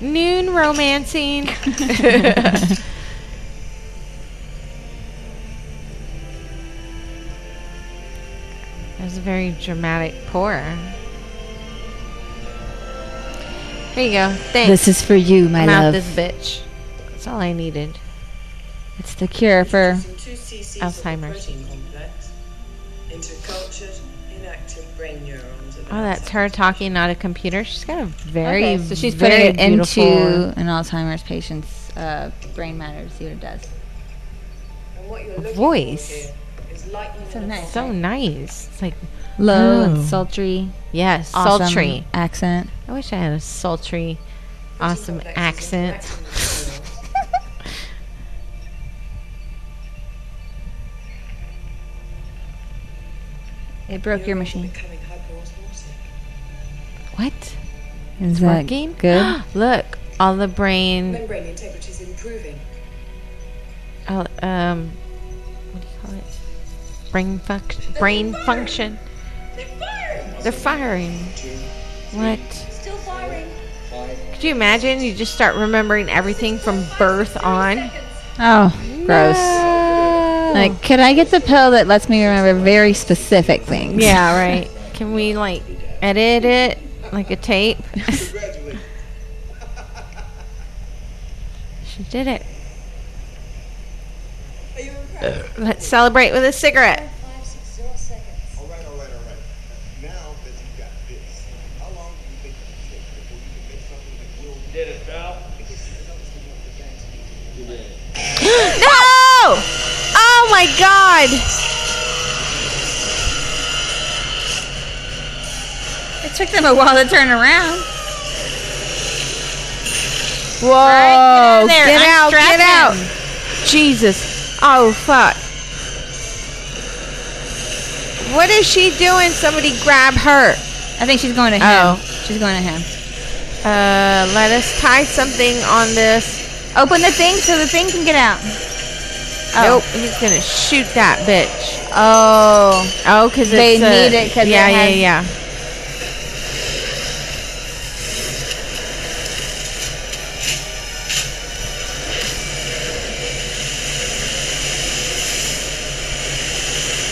Noon romancing. *laughs* That was a very dramatic pour. There you go. Thanks. This is for you, my I'm out love. this bitch. That's all I needed. It's the cure for Alzheimer's. Into cultured, inactive brain neurons. at the Oh, that's her talking, not a computer. She's got a very, Okay, so she's very putting it beautiful- into an Alzheimer's patient's uh, brain matter to see what it does. And what you're looking for voice. here is lightning So in a nice. bottle. so nice. It's like Low Oh. and sultry, yes, awesome sultry. accent. I wish I had a sultry, awesome accent. It broke your machine. Becoming hyperosmotic. *laughs* what? Is that Working? *gasps* good? Look, all the brain. Membrane integrity is improving. all- um, what do you call it? Brain function. Brain function. They're firing. What? Still firing. Could you imagine? You just start remembering everything from birth on. Oh, Gross. Like, could I get the pill that lets me remember very specific things? Yeah, right. Can we like edit it like a tape? *laughs* Congratulations. she did it. Let's celebrate with a cigarette. Five, six, zero seconds. All right, all right, all right. Now that you got this, how long do you think it will take before you can make something that will Did it, pal. No! Oh my god! It took them a while to turn around. Whoa! Right, Oh, get get in there, out! Get out! unstrap Jesus! Oh fuck! What is she doing? Somebody grab her! I think she's going to him. Oh. She's going to him. Uh, let us tie something on this. Open the thing so the thing can get out. Nope, he's gonna shoot that bitch. Oh. Oh, because They it's need a, it 'cause it yeah, has- yeah, yeah.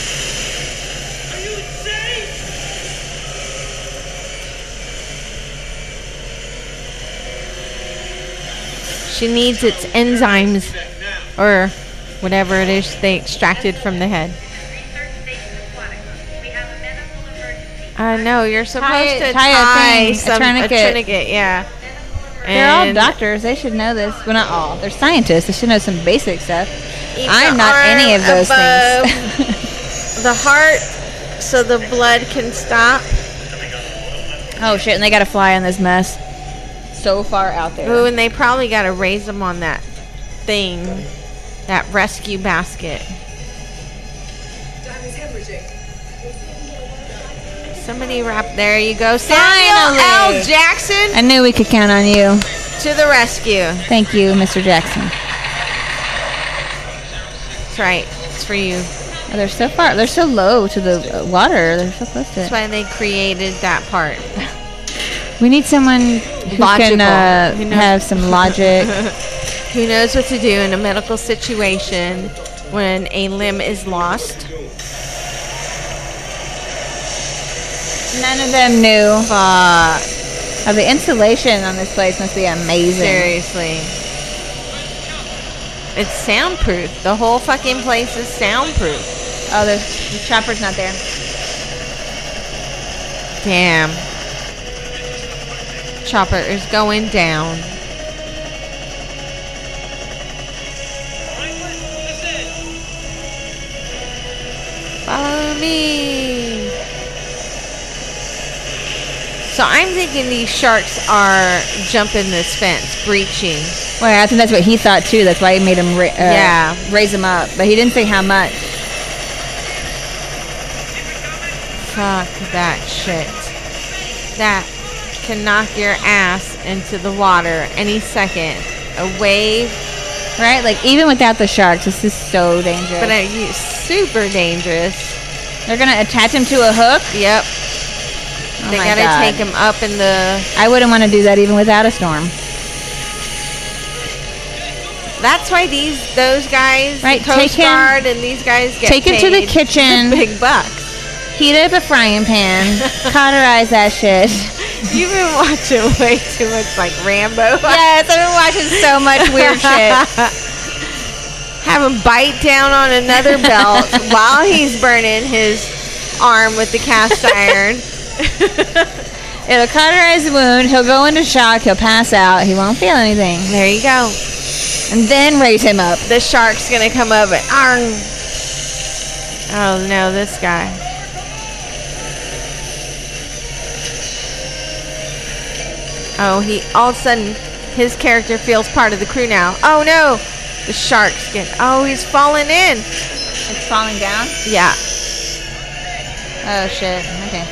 Are you insane? She needs its enzymes Back now. or whatever it is they extracted from the head. Research Station Aquatica. We have a medical emergency. Uh, no, you're supposed Tie- to tie a tie thing, a some, tourniquet. yeah. They're all And- doctors. They should know this. Well, not all. They're scientists. They should know some basic stuff. Keep I'm the not arm any of those above things. The heart, so the blood can stop. *laughs* oh, shit. And they got to fly in this mess. So far out there. Ooh, and they probably got to raise them on that thing, that rescue basket. Diamond's hemorrhaging. Somebody wrap. There you go, Samuel Finally. L. Jackson I knew we could count on you. to the rescue. Thank you, Mr. Jackson. That's right. It's for you. Oh, they're so far. They're so low to the uh, water. They're so close to That's it. why they created that part. We need someone who Logical. can uh, Who knows- have some logic. Who knows what to do in a medical situation when a limb is lost? None of them knew. Oh, the insulation on this place must be amazing. Seriously. It's soundproof. The whole fucking place is soundproof. Oh, the, the chopper's not there. Damn. Chopper is going down. Follow me. So I'm thinking these sharks are jumping this fence, breaching. Well, I think that's what he thought too. That's why he made him ra- uh, Yeah. raise him up, but he didn't say how much. Fuck that shit. That can knock your ass into the water any second. A wave, Right? Like even without the sharks, this is so dangerous. but I, you- super dangerous. They're gonna attach him to a hook. Yep. Oh they my gotta God. take him up in the. I wouldn't want to do that even without a storm. That's why these those guys, Right, the take Coast him- Guard, and these guys get Take him to *laughs* the paid kitchen. Big bucks. Heat up a frying *laughs* pan, cauterize that shit. You've been watching *laughs* way too much like Rambo. yes, I've been watching so much weird shit. Have him bite down on another *laughs* belt while he's burning his arm with the cast iron. *laughs* It'll cauterize the wound. He'll go into shock. He'll pass out. He won't feel anything. there you go. And then raise him up. The shark's gonna come up and arn. Oh no, this guy. Oh, he all of a sudden his character feels part of the crew now. Oh no, the shark's getting. Oh, he's falling in. It's falling down. Yeah. Oh shit. Okay.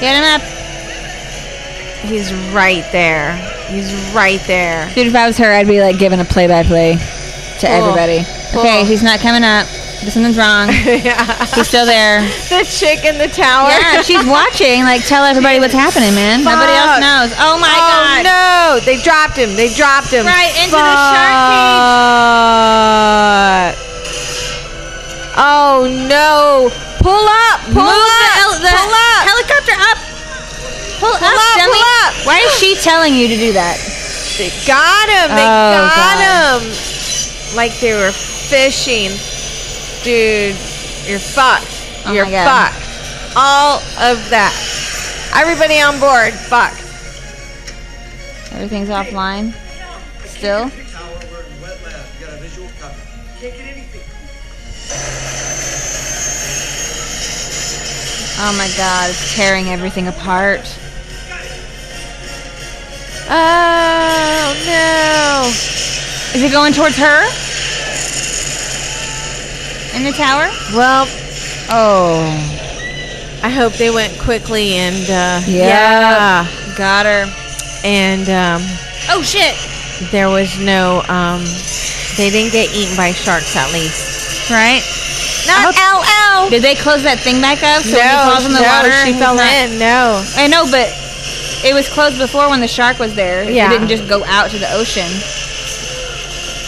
Get him up. He's right there. He's right there. Dude, if I was her, I'd be like giving a play by play to everybody. Cool. Okay, he's not coming up. Something's *laughs* wrong. yeah. He's still *laughs* there. The chick in the tower. yeah, she's watching. Like, tell everybody what's happening, man. Nobody Fuck. else knows. Oh my oh god. no! They dropped him. They dropped him Right into the shark cage. Fuck. Oh no! Pull up! Pull Move up! The, hel- the pull up! helicopter up. Pull, up, up, dummy. pull up. Why is she telling you to do that? They got him! They Oh, got God. him! Like they were fishing, dude. You're fucked. Oh, you're my God. fucked. All of that. Everybody on board. Fucked. Everything's offline. Still. Tower, we're in wet lab. You got a visual copy. Oh my god, it's tearing everything apart. Oh no! Is it going towards her? In the tower? Well, Oh. I hope they went quickly and uh, Yeah. got her. And um, Oh shit. there was no. Um, they didn't get eaten by sharks, at least. Right? Oh. Not LL. Did they close that thing back up? So when he falls in the no, water she he's fell not- in. No, I know, but it was closed before when the shark was there. Yeah. It didn't just go out to the ocean.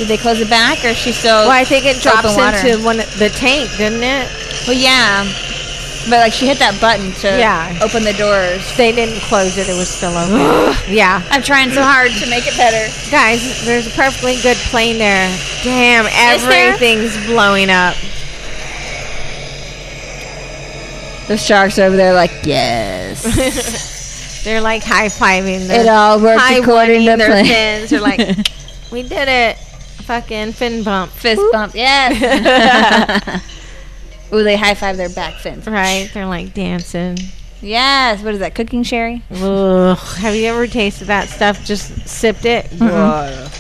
Did they close it back or is she still well, I think it drops Open water. into one of the tank, didn't it? Well yeah. But like she hit that button to Yeah. open the doors. They didn't close it; it was still *gasps* open. yeah, I'm trying so hard to make it better. guys, there's a perfectly good plane there. Damn, there? everything's blowing up. *laughs* The sharks over there like, *laughs* yes. They're like high fiving. It all worked high according to their plan. fins. They're like, *laughs* we did it. Fucking fin bump. Fist bump, *laughs* yes. Ooh, they high five their back fins. Right? They're like dancing. Yes. What is that? Cooking sherry? Ugh. Have you ever tasted that stuff? Just sipped it? Ugh.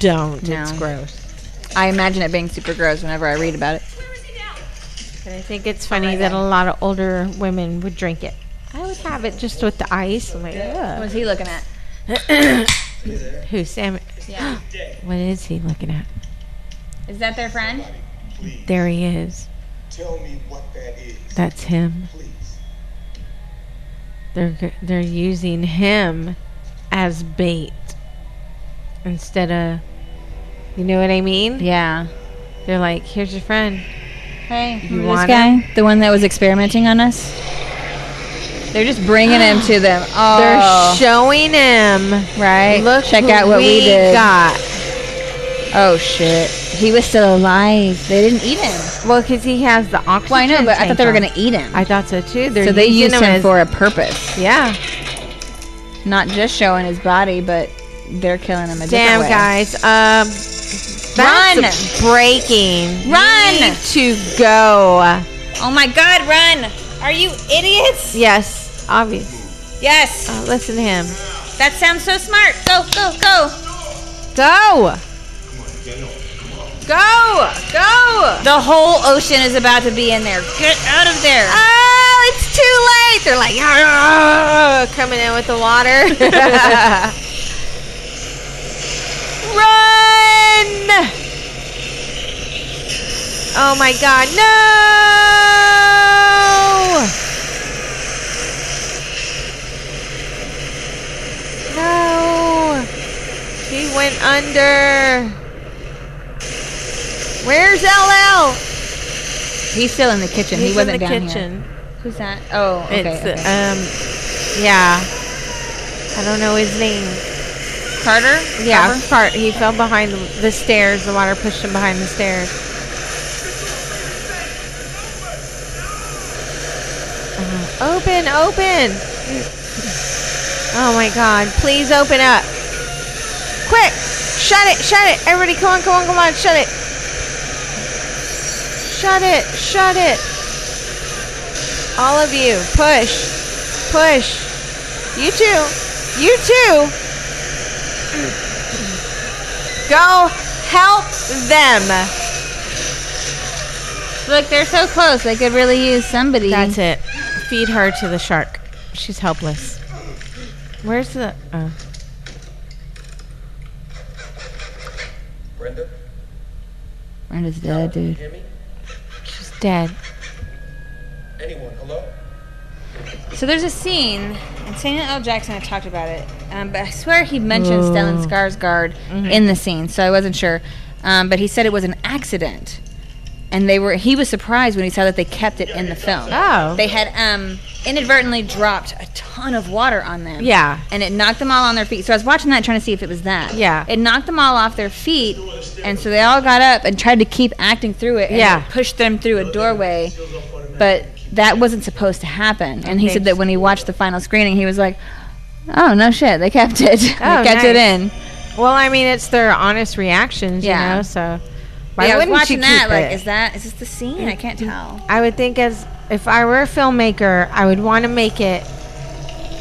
Don't. Mm-hmm. No. It's gross. I imagine it being super gross whenever I read about it. But I think it's funny that a lot of older women would drink it. I would have it just with the ice. I'm like, What ugh. was he looking *gasps* at? *coughs* Who, Sam? Yeah. What is he looking at? Is that their friend? Please There he is. tell me what that is. That's him. Please. They're g- they're using him as bait instead of you know what I mean? Yeah. They're like, here's your friend. Hey, You you want this guy? The one that was experimenting on us? They're just bringing him to *gasps* them. Oh, They're showing him. right. Look, check who out what we, did. got. Oh shit, he was still alive. They didn't eat him. Well, because he has the oxygen. Well, I know, but I thought tank they were on. gonna eat him. I thought so too. They're so they using used him as- for a purpose, yeah. not just showing his body, but they're killing him a Damn, different way. guys. Um, that's breaking. Run! We need to go. Oh my God, run! Are you idiots? Yes, obvious. Yes, Uh, listen to him. that sounds so smart. Go, go, go! Go. Go. Go. The whole ocean is about to be in there. Get out of there! Oh, it's too late. They're like "Ah, "Argh," ah," coming in with the *laughs* water. Run! Oh my god, no! No! She went under. Where's LL? He's still in the kitchen. He's he wasn't in the down kitchen. here. Who's that? Oh, okay. It's okay. um, yeah. I don't know his name. Carter. Yeah, Carver? Car- he fell behind the, the stairs. The water pushed him behind the stairs. Uh, open, open! Oh my God! Please open up! Quick! Shut it! Shut it! Everybody, come on! Come on! Come on! Shut it! Shut it! Shut it! All of you, push, push. You too. You too. Go help them. Look, they're so close. They could really use somebody. That's it. Feed her to the shark. She's helpless. Where's the? Oh. Brenda, Brenda's dead, you dude. hear me? she's dead. Anyone, hello? So there's a scene, and Samuel L. Jackson had talked about it, um, but I swear he mentioned Stellan Mm-hmm. Skarsgård in the scene, so I wasn't sure. Um, but he said it was an accident. and they were. He was surprised when he saw that they kept it in the film. Oh. They had um, inadvertently dropped a ton of water on them. Yeah. And it knocked them all on their feet. So I was watching that trying to see if it was that. Yeah. It knocked them all off their feet. And so they all got up and tried to keep acting through it. And Yeah. it pushed them through a doorway. But that wasn't supposed to happen. And he said that when he watched the final screening, he was like, oh, no shit. They kept it. *laughs* they Oh, kept it nice. in. Well, I mean, it's their honest reactions, Yeah. you know. So But why yeah, I was wouldn't watching you that. keep it? Like, Mm-hmm. is that, is this the scene? I can't tell. I would think as if I were a filmmaker, I would want to make it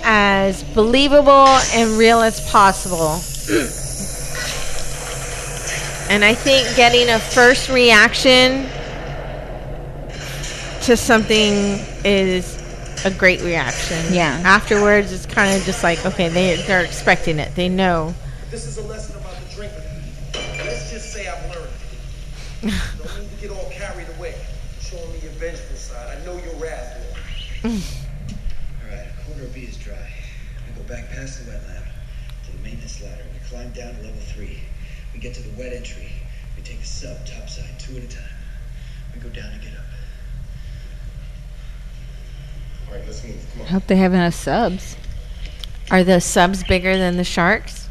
as believable and real as possible. and I think getting a first reaction to something is a great reaction. Yeah. Afterwards, it's kind of just like, okay, they, they're expecting it. They know. This is a lesson about the drinker. Let's just say I've learned. Don't need to get all carried away. Showing me your vengeful side. I know you're wrathful. Alright, corner B is dry. I go back past the wet lab to the maintenance ladder. We climb down to level three. We get to the wet entry. We take a sub topside, two at a time. We go down and get up. All right, let's move. Come I on. hope they have enough subs. Are the subs bigger than the sharks?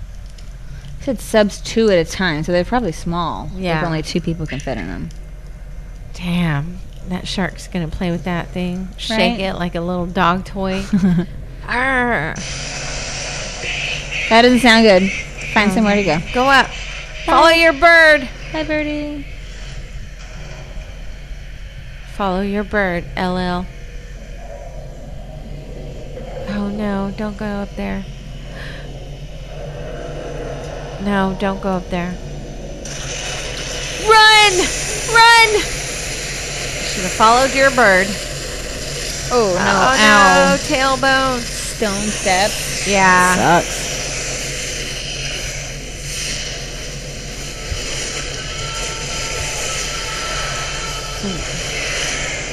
It said subs two at a time, so they're probably small. Yeah. If only two people can fit in them. Damn, that shark's gonna play with that thing, shake Right. it like a little dog toy. Arr, That doesn't sound good. Oh. Find somewhere to go. Mm-hmm. go up, follow your bird, Hi, Birdie. follow your bird, LL. Oh no, don't go up there. No, don't go up there. Run, run! Should have followed your bird. Oh, no. oh Ow. no, tailbone. Stone steps. Yeah. Sucks.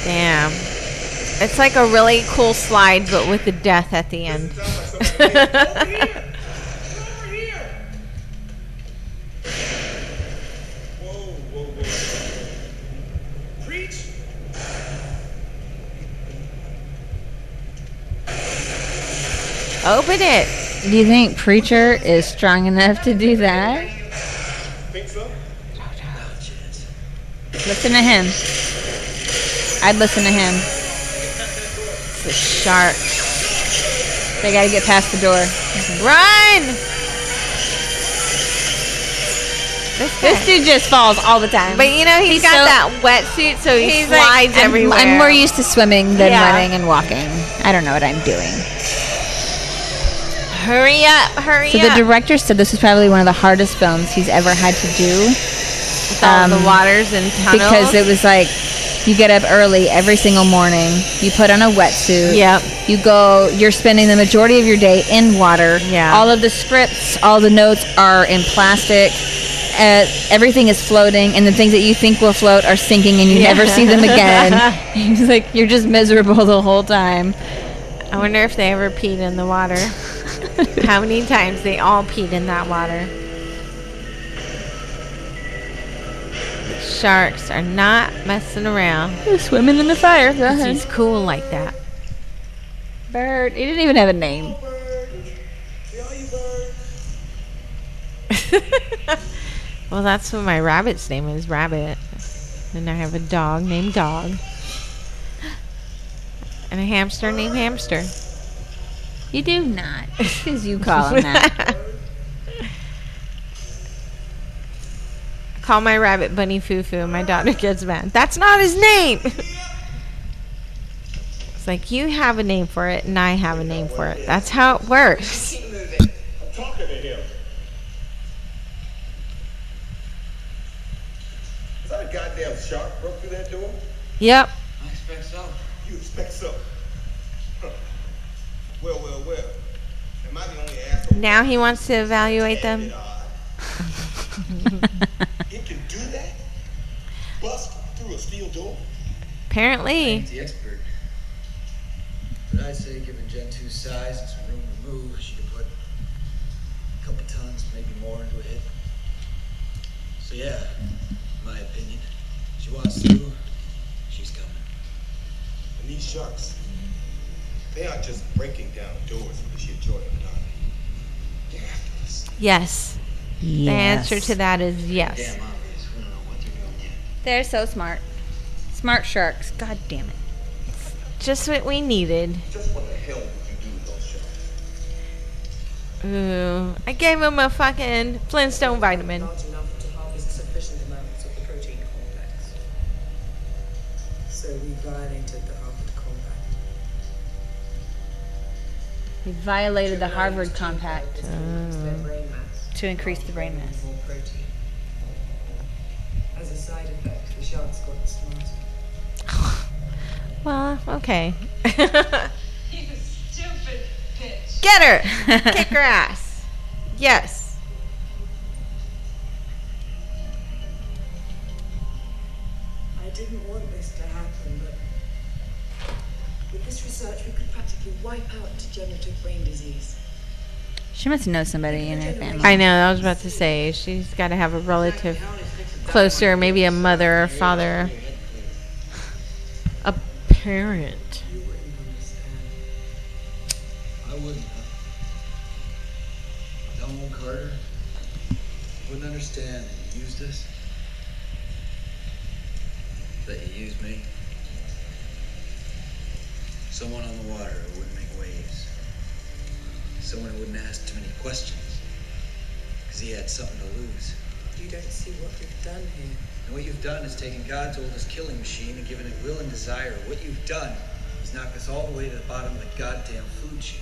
Damn. It's like a really cool slide, but with the death at the end. Over here! Whoa, whoa, whoa. Preach! Open it. Do you think Preacher is strong enough to do that? Think so? Listen to him. I'd listen to him. It's a shark. They gotta get past the door. Run! This guy. This dude just falls all the time. But you know, he's He's got so- that wetsuit, so he He's like, slides I'm- everywhere. I'm more used to swimming than Yeah. running and walking. I don't know what I'm doing. hurry up, hurry So up. the director said this was probably one of the hardest films he's ever had to do With all um, the waters and tunnels. because it was like you get up early every single morning, you put on a wetsuit. Yep. You go, you're spending the majority of your day in water. Yeah. All of the scripts, all the notes are in plastic. Uh, everything is floating, and the things that you think will float are sinking, and you Yeah. never see them again. *laughs* He's like, you're just miserable the whole time. I wonder if they ever peed in the *laughs* water. How many times they all peed in that water? Sharks are not messing around. Swimming in the fire. Go 'cause ahead. He's cool like that. Uh-huh. Bird. He didn't even have a name. well, that's what my rabbit's name is, Rabbit. And I have a dog named Dog. And a hamster named Hamster. You do *laughs* not. Because you call him that. *laughs* Call my rabbit Bunny Foo Foo. My daughter gets mad. That's not his name. it's like you have a name for it, and I have a name for it. That's how it works. I'm talking to him. Is that a goddamn shark broke through that door? Yep. I expect so. You expect so? Huh. *laughs* Well, well, well. Am I the only asshole? Now he wants to evaluate them. It odd. It can do that? Bust through a steel door? Apparently. He's the expert. But I'd say, given Gen 2's size and some room to move, she could put a couple tons, maybe more, into a hit. So yeah, my opinion. She wants to. She's coming. And these sharks, they aren't just breaking down doors for the sheer joy of it, are they? They're after us. Yes. The answer to that is yes. Damn obvious. We don't know what they're doing yet. They're so smart. Smart sharks. God damn it. Just what we needed. Just what the hell would you do to those sharks? Ooh. I gave him a fucking Flintstone vitamin. large enough to harvest sufficient amounts of the protein complex. So we violated the Harvard Compact. They violated the Harvard Gene Compact therapies to reduce their brain mass, to increase the brain mass. more protein. As a side effect, the sharks got smarter. *laughs* Well, okay. You stupid bitch. Get her! Kick her ass. Yes. I didn't want this to happen, but with this research, we could practically wipe out degenerative brain disease. She must know somebody in her family. I know, I was about to say, she's got to have a relative closer, maybe a mother or father. A parent. You wouldn't understand. I wouldn't. huh? Dumb old Carter wouldn't understand that he used us. That he used me. Someone on the water who wouldn't make waves. Someone who wouldn't ask too many questions. Because he had something to lose. You don't see what we've done here. And what you've done is taken God's oldest killing machine and given it will and desire. What you've done is knocked us all the way to the bottom of the goddamn food chain.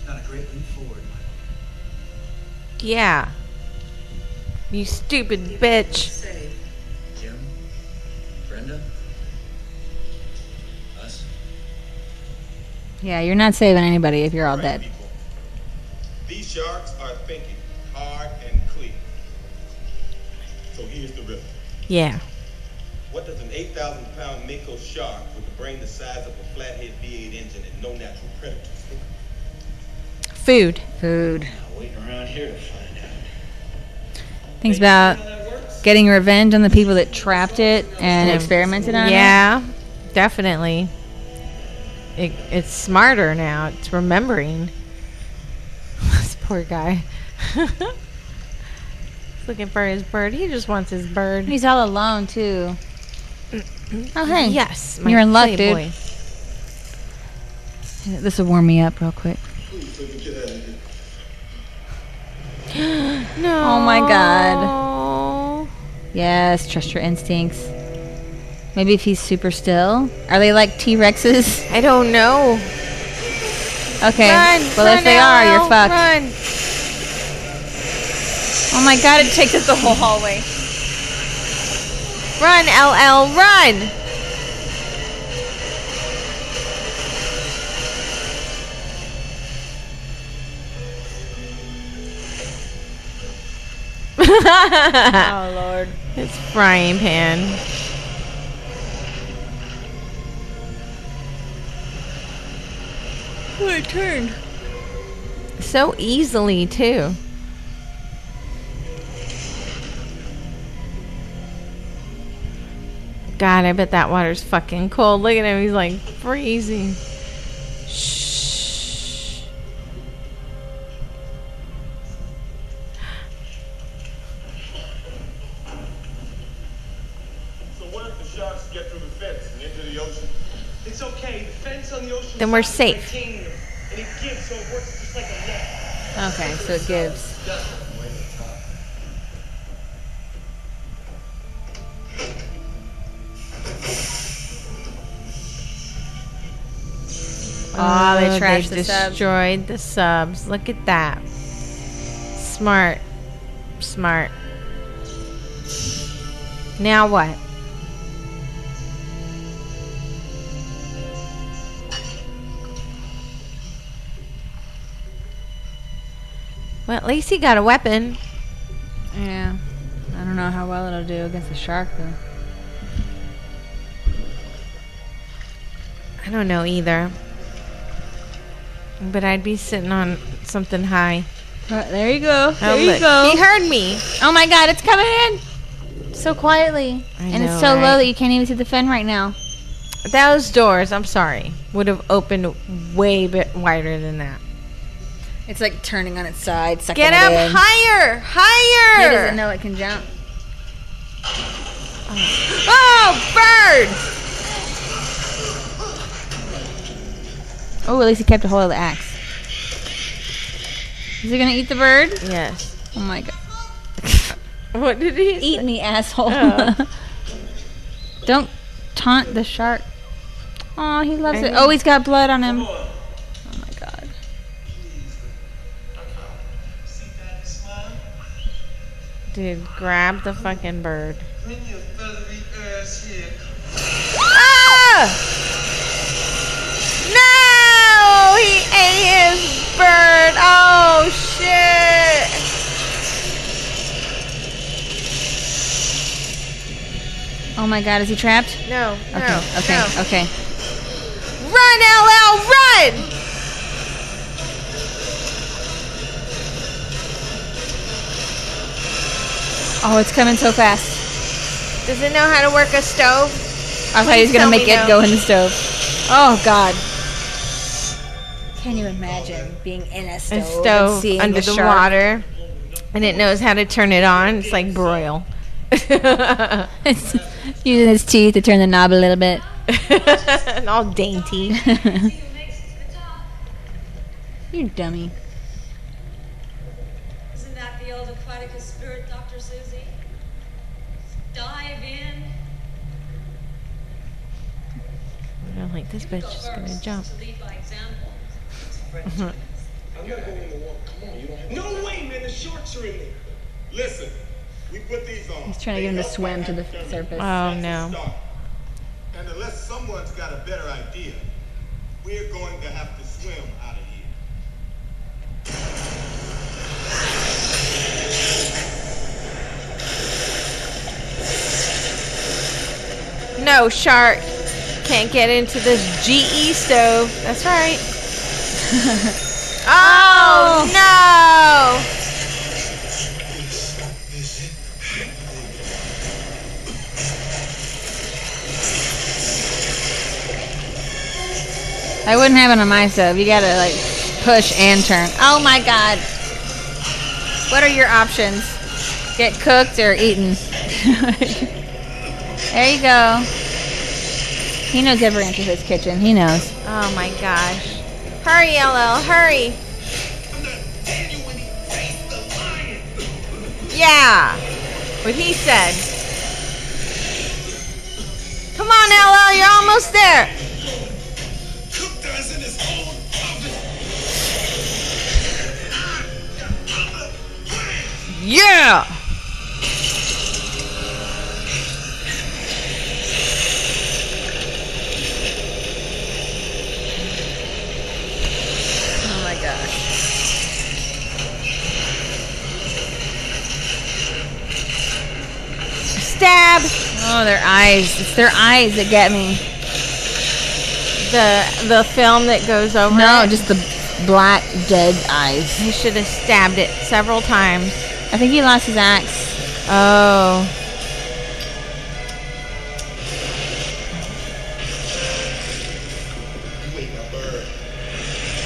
It's not a great leap forward, Michael. Yeah. You stupid We've bitch. saved Jim? Brenda? Us? Yeah, you're not saving anybody if you're all Right, dead. people. These sharks are thinking hard and clear. So here's the riddle. Yeah. What does an 8,000 pound Mako shark with a brain the size of a flathead V8 engine and no natural predators think? Food. Food. Now waiting around here to find out. Things about getting revenge on the people that trapped it and experimented on it. Yeah, definitely. It, it's smarter now. It's remembering. *laughs* this poor guy. *laughs* He's looking for his bird. He just wants his bird. He's all alone too. Oh hey. Yes, You're in luck, dude. playboy. This will warm me up real quick. No. Oh my God. Yes, trust your instincts. Maybe if he's super still. Are they like T Rexes? I don't know. *laughs* Okay. Run. well, run, if they are, LL, you're fucked. Run. Oh my god, it takes us the whole hallway. Run, LL, run. Oh lord. *laughs* It's frying pan. Oh, it turned. So easily too. God, I bet that water's fucking cold. Look at him; he's like freezing. Shh. So what if the sharks get through the fence and into the ocean? It's okay. The fence on the ocean Then we're side is safe. retaining them, And it gives, so it works just like a net. Okay, so it gives. Oh, they they trashed the subs. destroyed the subs. Look at that. Smart. Smart. Now what? Well, at least he got a weapon. Yeah. I don't know how well it'll do against a shark though. I don't know either. But I'd be sitting on something high. But there you go. Oh, There you look. go. He heard me. Oh my god, it's coming in. So quietly. I and know, it's so right? low that you can't even see the fen right now. Those doors, I'm sorry, would have opened way bit wider than that. It's like turning on its side. Sucking Get it up in. higher, higher. It doesn't know it can jump. Oh, bird! Oh, at least he kept a hold of the axe. Is he gonna eat the bird? Yes. Oh my god. What did he Eat me, asshole. Oh. *laughs* Don't taunt the shark. Oh, he loves I it. know. Oh, he's got blood on him. Oh my god. Dude, grab the fucking bird. Bring your feathery ass here. Ah! No! He ate his bird. Oh, shit. Oh my god, is he trapped? No, no, Okay, okay, no. okay. Run, LL, run! Oh, it's coming so fast. Does it know how to work a stove? I thought he was Please gonna tell make me it no. go in the stove. Oh god. Can you imagine being in a A stove, and stove seeing under a the shark? *laughs* water. And it knows how to turn it on. It's like *laughs* broil. Using his teeth to turn the knob a little bit. and all dainty. *laughs* you dummy. Isn't that the old aquatic spirit, Dr. Susie? Dive in. I'm like, this bitch is gonna jump. To lead by example. I'm gonna go in the water. Come on, you don't have No way, man, the sharks are in there. Listen, we put these on. He's trying to get him to swim to the surface. Oh no. And unless someone's got a better idea, we're going to have to swim out of here. No, shark. Can't get into this GE stove. That's *laughs* right. oh no! I wouldn't have it on my stove. You gotta like push and turn. Oh my god. What are your options? Get cooked or eaten. *laughs* there you go. He knows every inch of his kitchen. He knows. Oh my gosh. Hurry, LL, hurry. Yeah. What he said. Come on, LL, you're almost there. Cooked us in his own oven. Yeah. Oh my gosh. Stab Oh, their eyes. It's their eyes that get me. the the film that goes over. No, it. just the black dead eyes. he should have stabbed it several times. I think he lost his axe. Oh.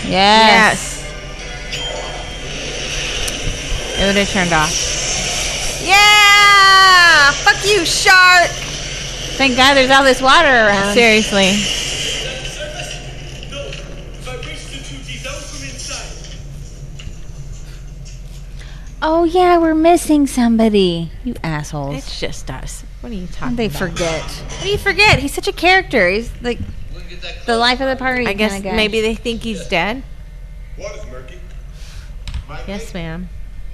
Yes. Yes. It would have turned off. Yeah! Fuck you, shark! Thank God there's all this water around. Seriously. No, if I reach the two G's, I'll swim inside. Oh yeah, we're missing somebody. You assholes. It's just us. What are you How'd talking they about? forget. What do you forget? He's such a character. He's like the life of the party. I guess kinda guy. maybe they think he's dead. Water's murky. Mike, Yes, ma'am.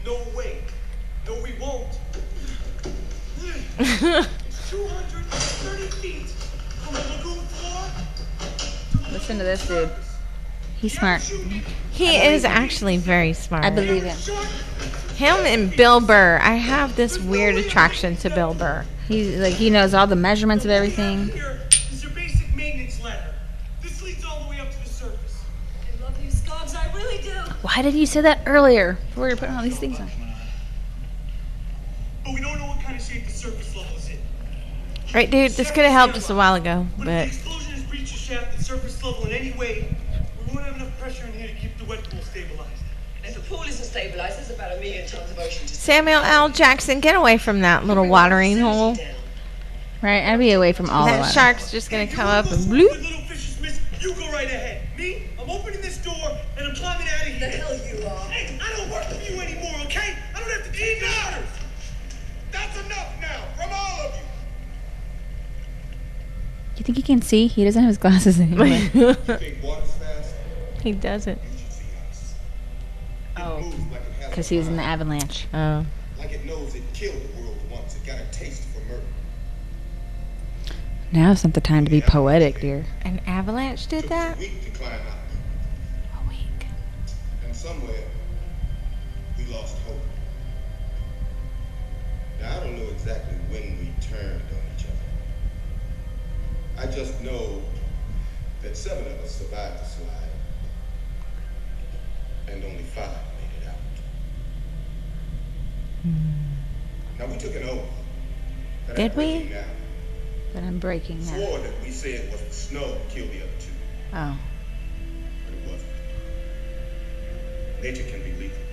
No way. No, we won't. *laughs* It's 230 feet from the lagoon floor. Listen to this dude. He's smart. he is actually very smart. I believe him. Him and Bill Burr. I have this weird attraction to Bill Burr. He's like he knows all the measurements of everything. Here is your basic maintenance ladder. This leads all the way up to the surface. I love you, Scobbs, I really do. Why did you say that earlier? Before you're putting all these things on. But we don't know what kind of shape the surface level Right, dude, this could have helped us a while ago, but explosion has breached the shaft at surface level in any way, we won't have enough pressure in here to keep the wet pool stabilized. If the pool isn't stabilized, there's about a million tons of ocean to Samuel L. Jackson, get away from that little watering hole. Right, I'd be away from all that of us. shark's just gonna come up and bloop. Little fishes, miss, you go right ahead. Me, I'm opening this door and I'm climbing out of here. The hell you are. Hey, I don't work for you anymore, okay? I don't have to take your orders. That's enough now from all of you. *laughs* You think he can see? He doesn't have his glasses *laughs* anymore. he doesn't. Oh, because he was in the avalanche. Oh. Like it knows it killed the world once. It got a taste for murder. Now's not the time to be poetic, dear. An avalanche did that? A week to climb out. A week. And somewhere, we lost hope. Now, I don't know exactly when we turned on each other. I just know that seven of us survived the slide, and only five made it out. Now, we took an oath. that Hmm. Did I'm we? breaking Now, But I'm breaking now. swore that we said was the snow that killed the other two. Oh. but it wasn't. Nature can be lethal,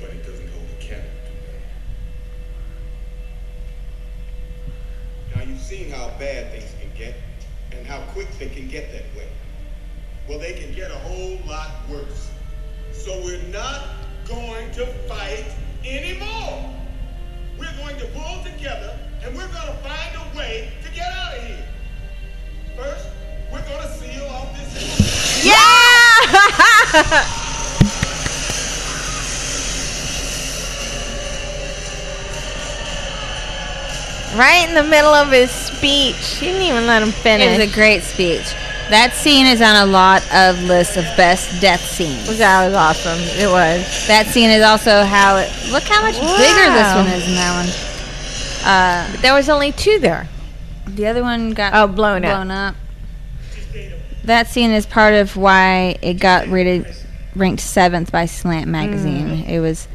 but it doesn't hold a candle to that. Now you've seen how bad things can get and how quick they can get that way. Well, they can get a whole lot worse. So we're not going to fight anymore. We're going to pull together and we're going to find a way to get out of here. First, we're going to seal off this. Yeah! right in the middle of his speech. She didn't even let him It was finish. a great speech. That scene is on a lot of lists of best death scenes. that was awesome. It was. That scene is also how it. Look how much bigger this Wow. one is than that one. Uh, There was only two there. the other one got Oh, blown up. blown up. That scene is part of why it got rated ranked seventh by Slant magazine. It was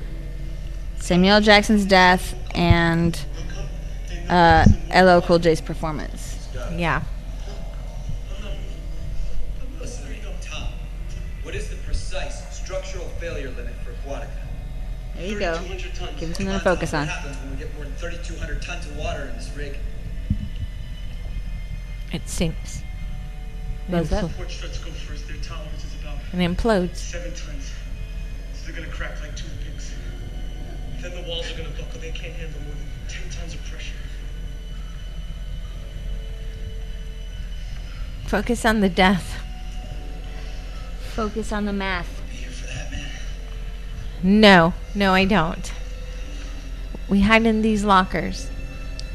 Samuel L. Jackson's death and uh, LL Cool J's performance. Yeah. Tom, what is the precise structural failure limit for Aquatica? There you go. 3,200 tons. Give us Come something to on, Tom, focus on. What happens when we get more than 3,200 tons of water in this rig? It sinks. Blows up. Watch struts go first. Their tolerance is about And implodes. seven tons. So they're gonna crack like toothpicks. Then the walls are gonna buckle. They can't handle more than ten tons of pressure. Focus on the death. Focus on the math. No. No, I don't. We hide in these lockers.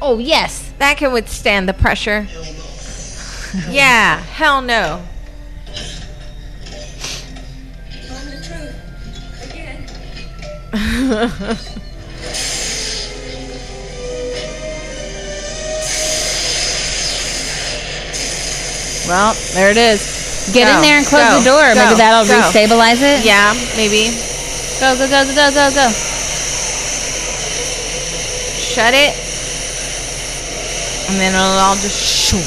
Oh yes. That can withstand the pressure. yeah. Hell no. Find the truth. Again. *laughs* Well, there it is. Get Go, in there and close go, the door. go, Maybe that'll go. restabilize it. yeah, maybe. Go go go go go go go. Shut it. And then it'll all just shoo.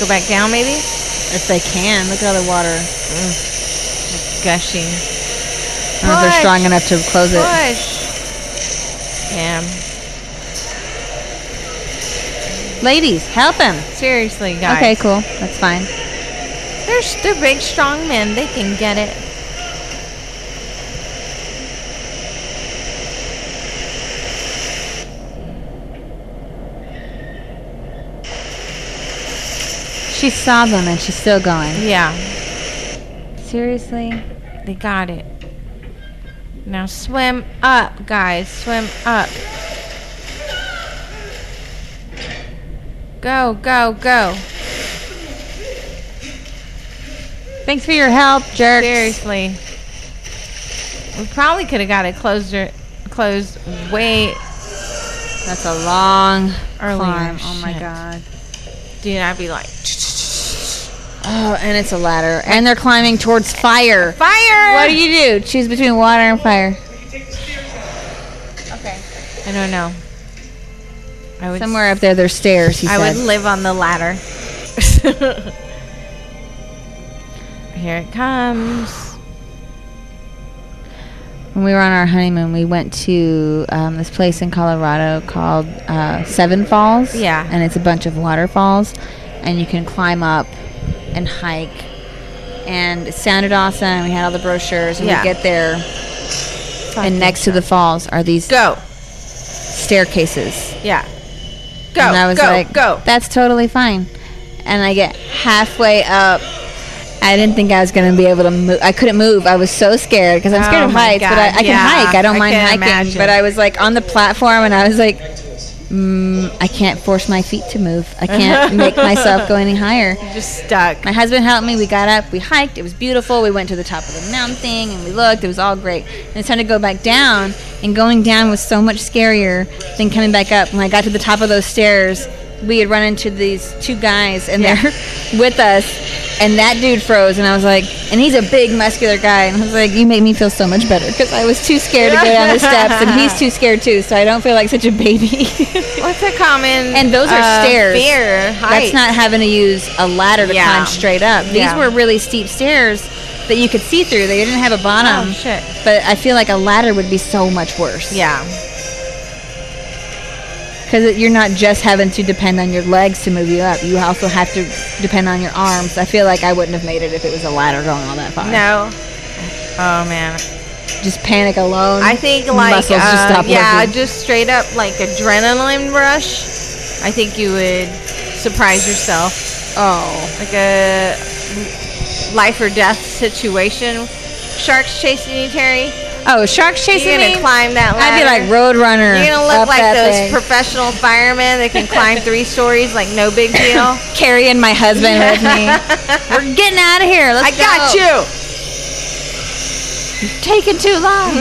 go back down, maybe? Mm. If they can, look at all the water. Gushing. I don't know if they're strong enough to close it. Push. Yeah. Ladies, help him. Seriously, guys. Okay, cool. That's fine. They're, s- they're big, strong men. They can get it. She saw them and she's still going. Yeah, Seriously? they got it. Now swim up, guys. Swim up. Go, go, go. Thanks for your help, jerks. Seriously. We probably could have got it closed, or, closed way That's a long Earlier, climb. Oh my shit. god. Dude, I'd be like, Oh, and it's a ladder. And they're climbing towards fire. fire! What do you do? Choose between water and fire. I don't know. I would Somewhere up there, there's stairs. He I said. would live on the *laughs* ladder. Here it comes. When we were on our honeymoon, we went to um, this place in Colorado called uh, Seven Falls. Yeah. And it's a bunch of waterfalls, and you can climb up and hike. And it sounded awesome. We had all the brochures, and Yeah. we get there, and next to the falls are these go staircases. Yeah. Go. and I was go. like, go. That's totally fine. And I get halfway up. I didn't think I was going to be able to move. I couldn't move. I was so scared because I'm scared Oh of my heights, but God, I, I yeah. can hike. I don't I mind can hiking. imagine. But I was like on the platform and I was like, mm, I can't force my feet to move. *laughs* I can't make myself go any higher. You're just stuck. My husband helped me. We got up. We hiked. It was beautiful. We went to the top of the mountain thing and we looked. It was all great. And it's time to go back down. And going down was so much scarier than coming back up. When I got to the top of those stairs, we had run into these two guys and they're *laughs* with us. And that dude froze. And I was like, and he's a big muscular guy. And I was like, you made me feel so much better because I was too scared to go down the steps. And he's too scared too. So I don't feel like such a baby. *laughs* What's a common? And those are uh, stairs. Fear. That's height? not having to use a ladder to Yeah. climb straight up. These Yeah. were really steep stairs that you could see through. They didn't have a bottom. Oh, shit. But I feel like a ladder would be so much worse. Yeah. Because you're not just having to depend on your legs to move you up. You also have to depend on your arms. I feel like I wouldn't have made it if it was a ladder going all that far. No. Oh man. Just panic alone. I think like muscles just uh, stop yeah, working. just straight up like adrenaline rush. I think you would surprise yourself. Oh, like a life or death situation. Sharks chasing you, Terry. Oh, sharks chasing You're gonna me? climb that ladder. I'd be like Roadrunner. You're gonna look up like that those thing. professional firemen that can *laughs* climb three stories like no big deal. Carrying my husband *laughs* with me. We're getting out of here. Let's I got go. you. Taking too long.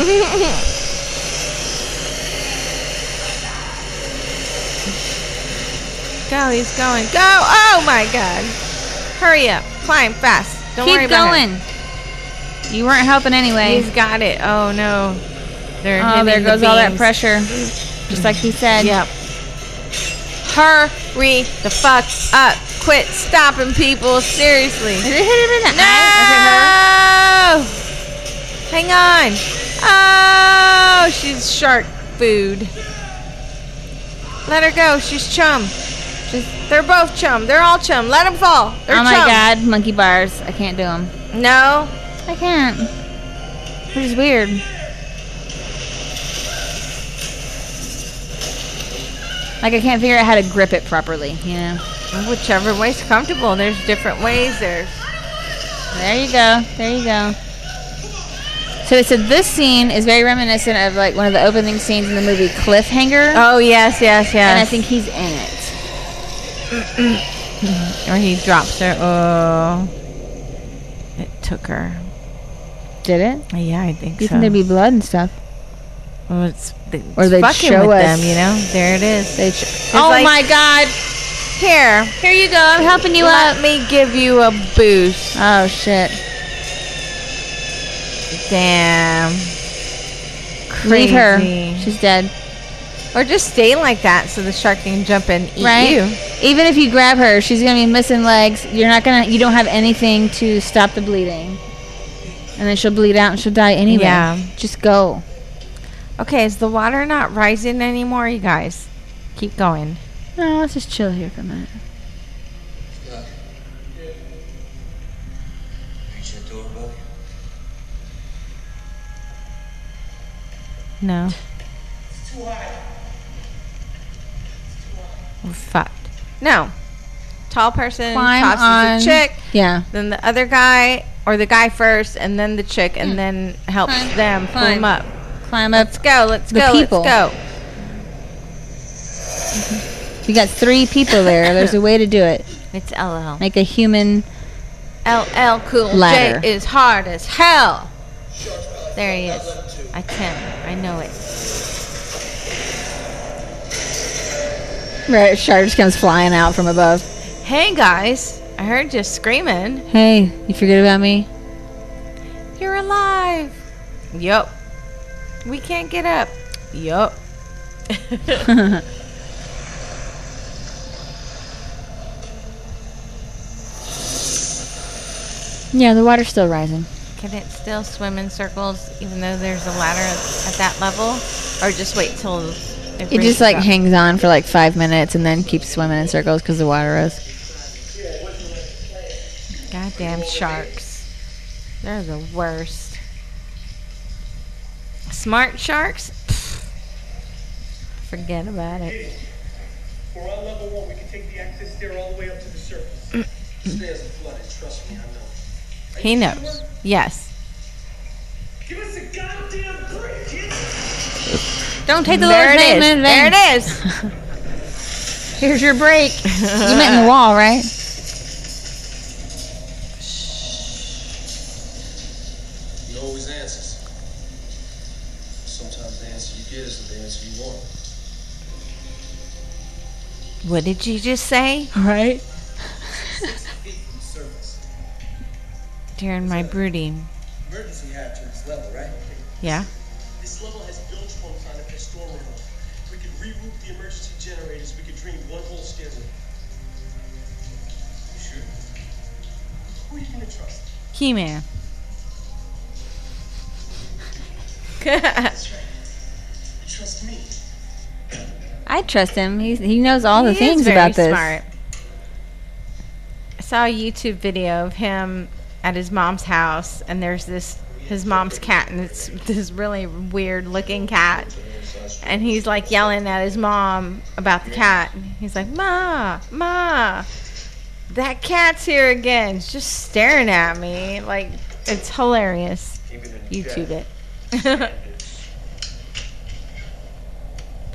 Go, he's going. Go! Oh my god! Hurry up! Climb fast! *laughs* Don't Keep worry about him. going. You weren't helping anyway. He's got it. Oh no! They're oh, hitting there the goes all that beams. pressure. Just like he said. *laughs* Yep. Hurry the fuck up! Quit stopping people! Seriously. Did it hit him in the no! Hang on. Oh, she's shark food. Let her go. She's chum. She's, they're both chum. They're all chum. Let them fall. They're oh my chum. god, monkey bars. I can't do them. No. I can't. Which is weird. Like I can't figure out how to grip it properly. You know. Whichever way's comfortable. There's different ways. There's There you go. There you go. So it said this scene is very reminiscent of like one of the opening scenes in the movie Cliffhanger. Oh yes, yes, yes. And I think he's in it. or he drops her. Oh, it took her. Did it? Yeah, I think You so. think there'd be blood and stuff? Well, it's, it's Or they'd fucking show with us. them, you know. There it is. They It's oh like, my god! Here, Here you go. I'm helping you let up. me give you a boost. Oh shit! Damn. Leave her. Crazy. She's dead. Or just stay like that so the shark can jump and eat right? you. Even if you grab her, she's gonna be missing legs. You're not gonna. You don't have anything to stop the bleeding, and then she'll bleed out and she'll die anyway. Yeah. Just go. Okay, is the water not rising anymore, you guys? Keep going. No, Oh, let's just chill here for a minute. Reach that door, bud. No. It's too high. We're fucked. No. Tall person Climb tosses on- the chick, Yeah. then the other guy, or the guy first, and then the chick, Hmm. and then helps Climb. them pull Climb. them up. Climb up. Let's go, let's The go, people. let's go. You got three people *laughs* there. There's a way to do it. It's LL. Make a human. LL Cool Ladder. J is hard as hell. There he is. I can. I know it. Right. Shard just comes flying out from above. Hey guys, I heard you screaming. Hey, you forget about me? You're alive. Yup. We can't get up. Yup. Yeah, the water's still rising. Can it still swim in circles even though there's a ladder at that level? Or just wait till it, It raises just like up? hangs on for like five minutes and then keeps swimming in circles because the water rose. Goddamn sharks. They're the worst. Smart sharks? Pfft. Forget about it. We're on level one. We can take the access stair all the way up to the surface. Mm. The stairs are flooded. Trust me, I know. He knows. Yes. Give us a goddamn break, kids! Don't take the there Lord's it name is. in There vain. it is. *laughs* Here's your break. you You meant in the *laughs* wall, right? He always answers. Sometimes the answer you get is the answer you want. *laughs* What did you just say? Right. Feet from the surface. During my brooding. Emergency hatch to this level, right? *laughs* Yeah. This level has bilge pumps on it for storm runoff. We could reroute the emergency generators. We could drain one whole stairway. You sure? Who are you gonna trust? He man. That's right. Trust me. I trust him. He's, he knows all the He is things very about this. Smart. *laughs* I saw a YouTube video of him at his mom's house, and there's this his mom's cat, and it's *laughs* this really weird looking cat, and he's like yelling at his mom about the cat. And he's like, "Ma, ma, that cat's here again, It's just staring at me." Like it's hilarious. YouTube it.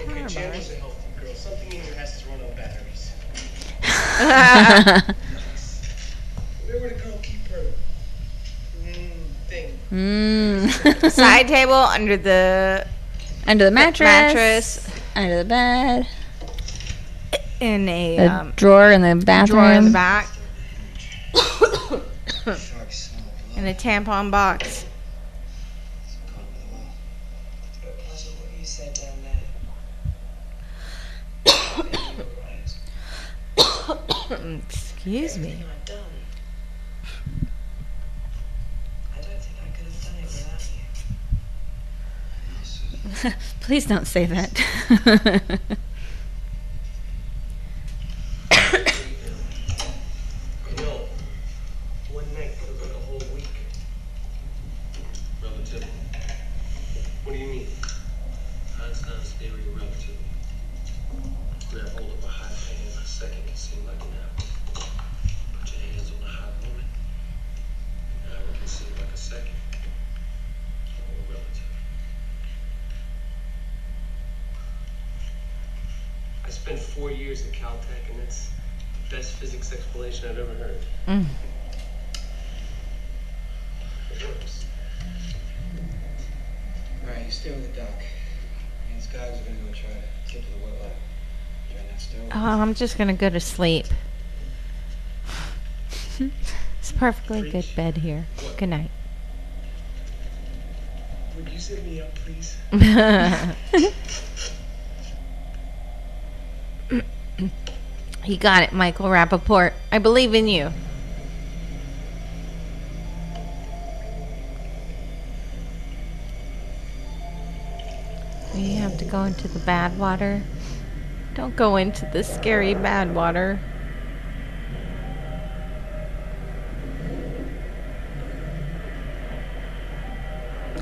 Okay, Chandler's a healthy girl. Something in her has to run on batteries. Remember to go keep her mm, thing. *laughs* Mm. Side table under the *laughs* under the mattress, mattress. under the bed, in a the um, drawer in the bathroom, drawer in the back, in a tampon box. What you said down there. Excuse me. I've done. I don't think I could have done it without you. *laughs* Please don't say that. *laughs* You know, one night could have been a whole week. Relativity. What do you mean? Einstein's theory of relativity. Grab hold of a hot pan a second can seem like an hour. Put your hands on a hot woman. An hour can seem like a second. All relative. I spent four years at Caltech, and that's the best physics explanation I've ever heard. Mm. It works. Alright, you stay with the doc. Me and Skaggs are gonna go try to get to the wet lab. Try not to stir. Oh, I'm just gonna go to *laughs* sleep. it's a perfectly good bed here. Good *laughs* night. Would you set me up, please? you got it, Michael Rappaport. I believe in you. We have to go into the bad water. Don't go into the scary bad water.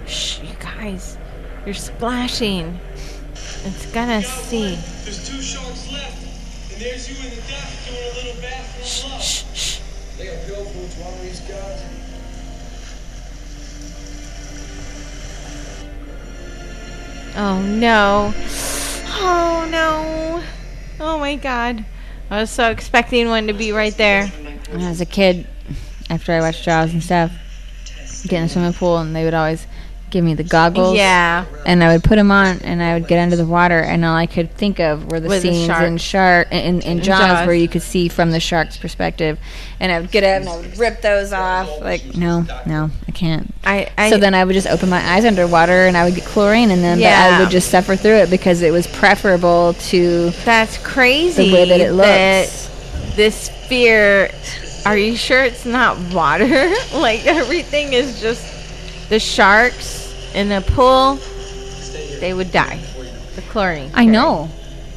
Shh, you guys. You're splashing. It's gonna see. There's two sharks left, and there's you and the doc doing a little bathroom love. Shh, shh. They got pill for each one of these guys. Oh no. Oh no. Oh my god. I was so expecting one to be right there. when I was a kid, after I watched Jaws and stuff, get in a swimming pool, and they would always give me the goggles. Yeah. And I would put them on, and I would get under the water, and all I could think of were the Were the scenes shark- in Shark in, in, in Jaws, Jaws. where you could see from the shark's perspective. And I would get up and I would rip those off. Like, no, no, I can't. I, I so then I would just open my eyes underwater, and I would get chlorine in them. But Yeah. I would just suffer through it because it was preferable to That's crazy the way that it looks. that this fear Are you sure it's not water? *laughs* like everything is just the sharks in a pool. They would die. The chlorine. I know.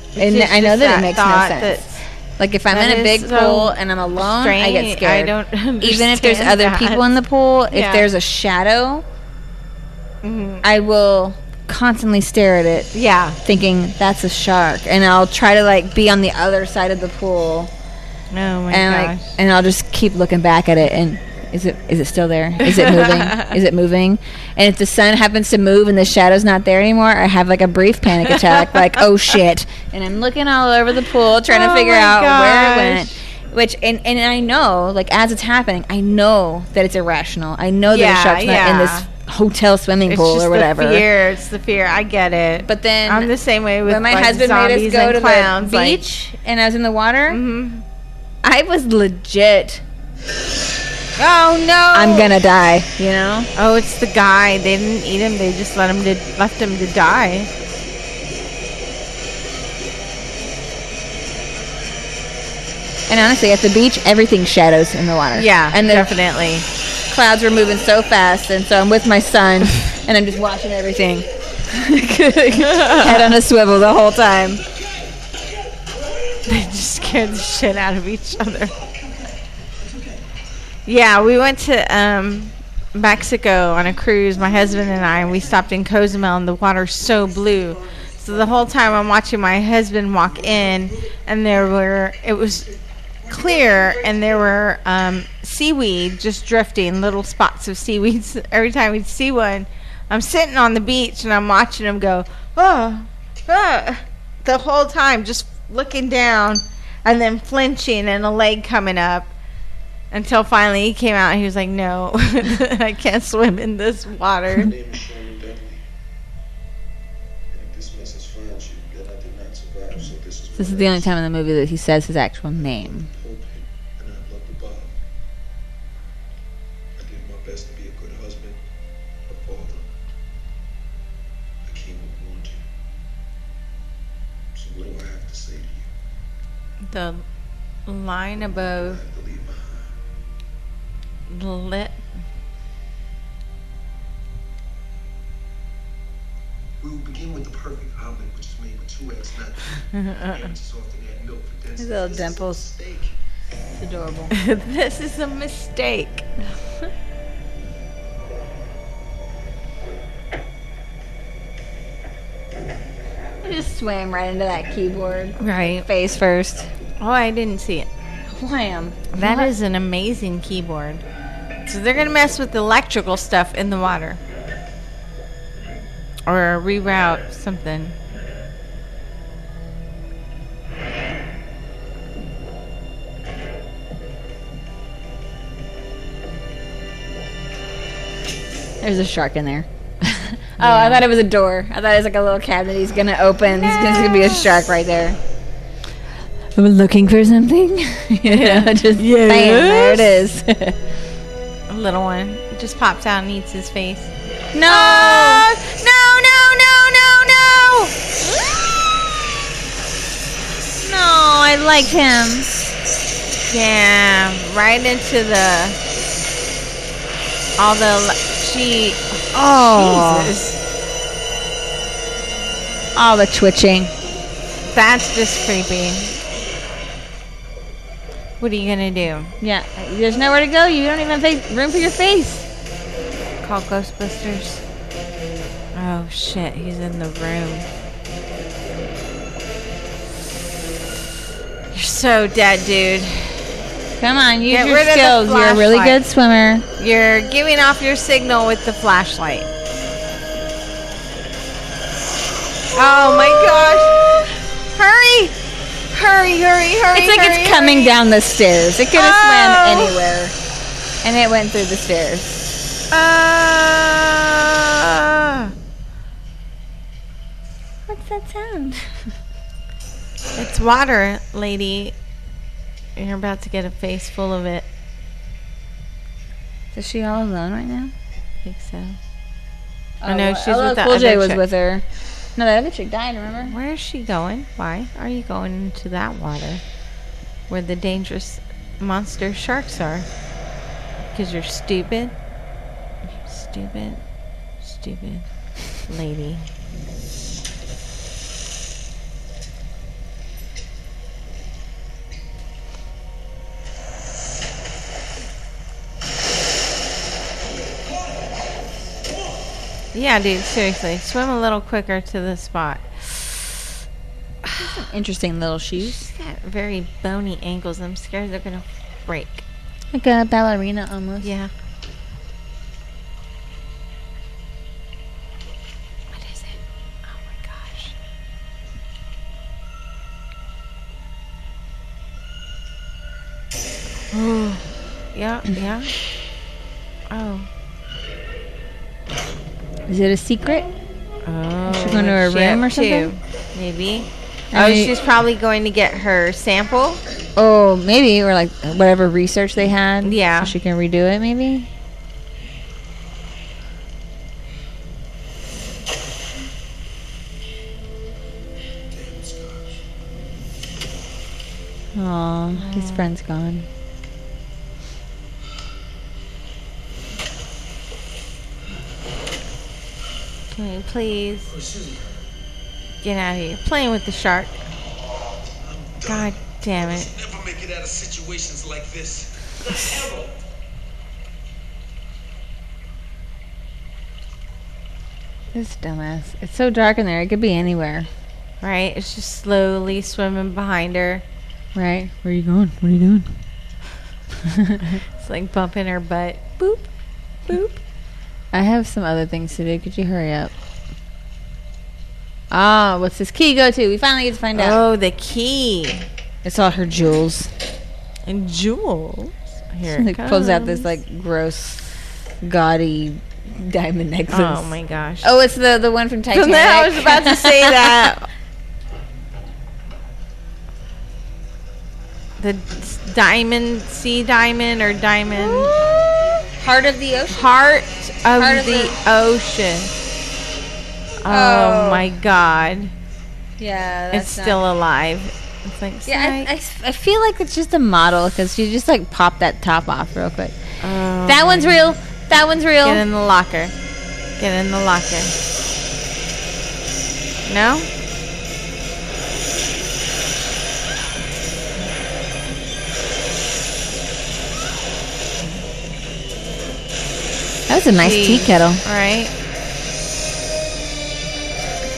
It's And just- I know just that it makes no thought sense. that's- Like if I'm that in a is big so pool and I'm alone, I strange. I get scared. don't *laughs* Even if there's understand other that. people in the pool, if Yeah. Mm-hmm. there's a shadow, I will constantly stare at it. Yeah. Thinking that's a shark, and I'll try to like be on the other side of the pool. Oh my and gosh. Like, and I'll just keep looking back at it and is it is it still there? Is *laughs* it moving? is it moving? And if the sun happens to move and the shadow's not there anymore, I have like a brief panic *laughs* attack, like oh shit, and I'm looking all over the pool trying Oh to figure my out gosh. where it went. Which and, and I know, like as it's happening, I know that it's irrational. I know that Yeah, a shark's not in yeah. this hotel swimming It's pool just or whatever. the fear. It's the fear. I get it. But then I'm the same way with when my like, husband made us zombies go and to clowns, the like- Mm-hmm. beach and I was in the water, I was legit. Oh no! I'm gonna die. You know? Oh, it's the guy. They didn't eat him. They just let him to left him to die. And honestly, at the beach, everything's shadows in the water. Yeah, and the definitely. *laughs* Clouds were moving so fast, and so I'm with my *laughs* son, and I'm just watching everything. *laughs* Head on a swivel the whole time. They just scared the shit out of each other. Yeah, we went to um, Mexico on a cruise, my husband and I, and we stopped in Cozumel, and the water's so blue. So the whole time I'm watching my husband walk in, and there were, it was clear, and there were um, seaweed just drifting, little spots of seaweed. So *laughs* Every time we'd see one, I'm sitting on the beach and I'm watching him go, oh, oh, the whole time, just looking down and then flinching and a leg coming up until finally he came out and he was like, no, *laughs* I can't swim in this My water. name is Sherman Bentley. And if this message finds you, that I did not survive, so this is This is the only time in the movie that he says his actual name. hope and I love the Bob. I did my best to be a good husband, a father. The king would want you. So what do I have to say to you? The line above the lip. We will begin with the perfect omelet, which is made with two eggs, not *laughs* eggs is often add milk for His density. little This is a dimples. mistake. It's adorable. *laughs* this is a mistake. I just swam right into that keyboard. Right. Face first. Oh, I didn't see it. Wham. That is What? an amazing keyboard. So they're going to mess with the electrical stuff in the water. Or reroute something. There's a shark in there. *laughs* Oh, I thought it was a door. I thought it was like a little cabinet he's gonna open. There's gonna be a shark right there. I'm looking for *laughs* something. you know, just bam, there it is. A little one It just pops out and eats his face. *laughs* no, Ah! no, no, no, no, no! No, I liked him. Yeah, right into the all the le- she. Oh, Jesus. all the twitching. that's just creepy. What are you gonna do? Yeah, there's nowhere to go. You don't even have face- room for your face. Call Ghostbusters? Oh shit, he's in the room. You're so dead, dude. Come on, use Get your rid of the skills. You're a really flashlight. good swimmer. You're giving off your signal with the flashlight. Oh my gosh! Hurry! Hurry, hurry, hurry! It's like hurry, it's coming down the stairs. It could have Oh. swam anywhere, and it went through the stairs. Ah. What's that sound? it's water, lady. You're about to get a face full of it. Is she all alone right now? I think so. Oh, I know well, she's LL with that Cool other J was chick. with her. No, that other chick died. Remember? Where is she going? Why are you going into that water where the dangerous monster sharks are. Because you're stupid. Stupid. Stupid. Lady. Yeah, dude, seriously. Swim a little quicker to the spot. Interesting little shoes. She's got very bony ankles. I'm scared they're going to break. Like a ballerina almost. Yeah. Oh, *gasps* yeah, yeah. Oh. Is it a secret? Oh, She's going to her she room up or something? to, Maybe. I Oh, mean- she's probably going to get her sample. Oh, maybe or like whatever research they had. Yeah. so she can redo it. Maybe. Aw, his friend's gone. Can you please get out of here? Playing with the shark. God damn it. Never make it out of situations like this. Not ever. This dumbass. It's so dark in there. It could be anywhere. Right? It's just slowly swimming behind her. Right? Where are you going? What are you doing? It's like bumping her butt. Boop. Boop. I have some other things to do. Could you hurry up? Ah, what's this key go to? We finally get to find out. Oh, the key. It's all her jewels. And jewels. Here She it comes. pulls out this like gross, gaudy diamond necklace. Oh my gosh. Oh, it's the the one from *laughs* Titanic. I was about to *laughs* say that. The s- diamond, sea diamond, or diamond. *laughs* Heart of the ocean. Heart of Heart of the the- ocean. Oh, Oh. my god. Yeah, It's still alive. It's like, Yeah, I, I, I feel like it's just a model because she just like popped that top off real quick. that one's real. That one's real. Oh, Get in the locker. Get in the locker. No? That was a nice tea Jeez. kettle. All right.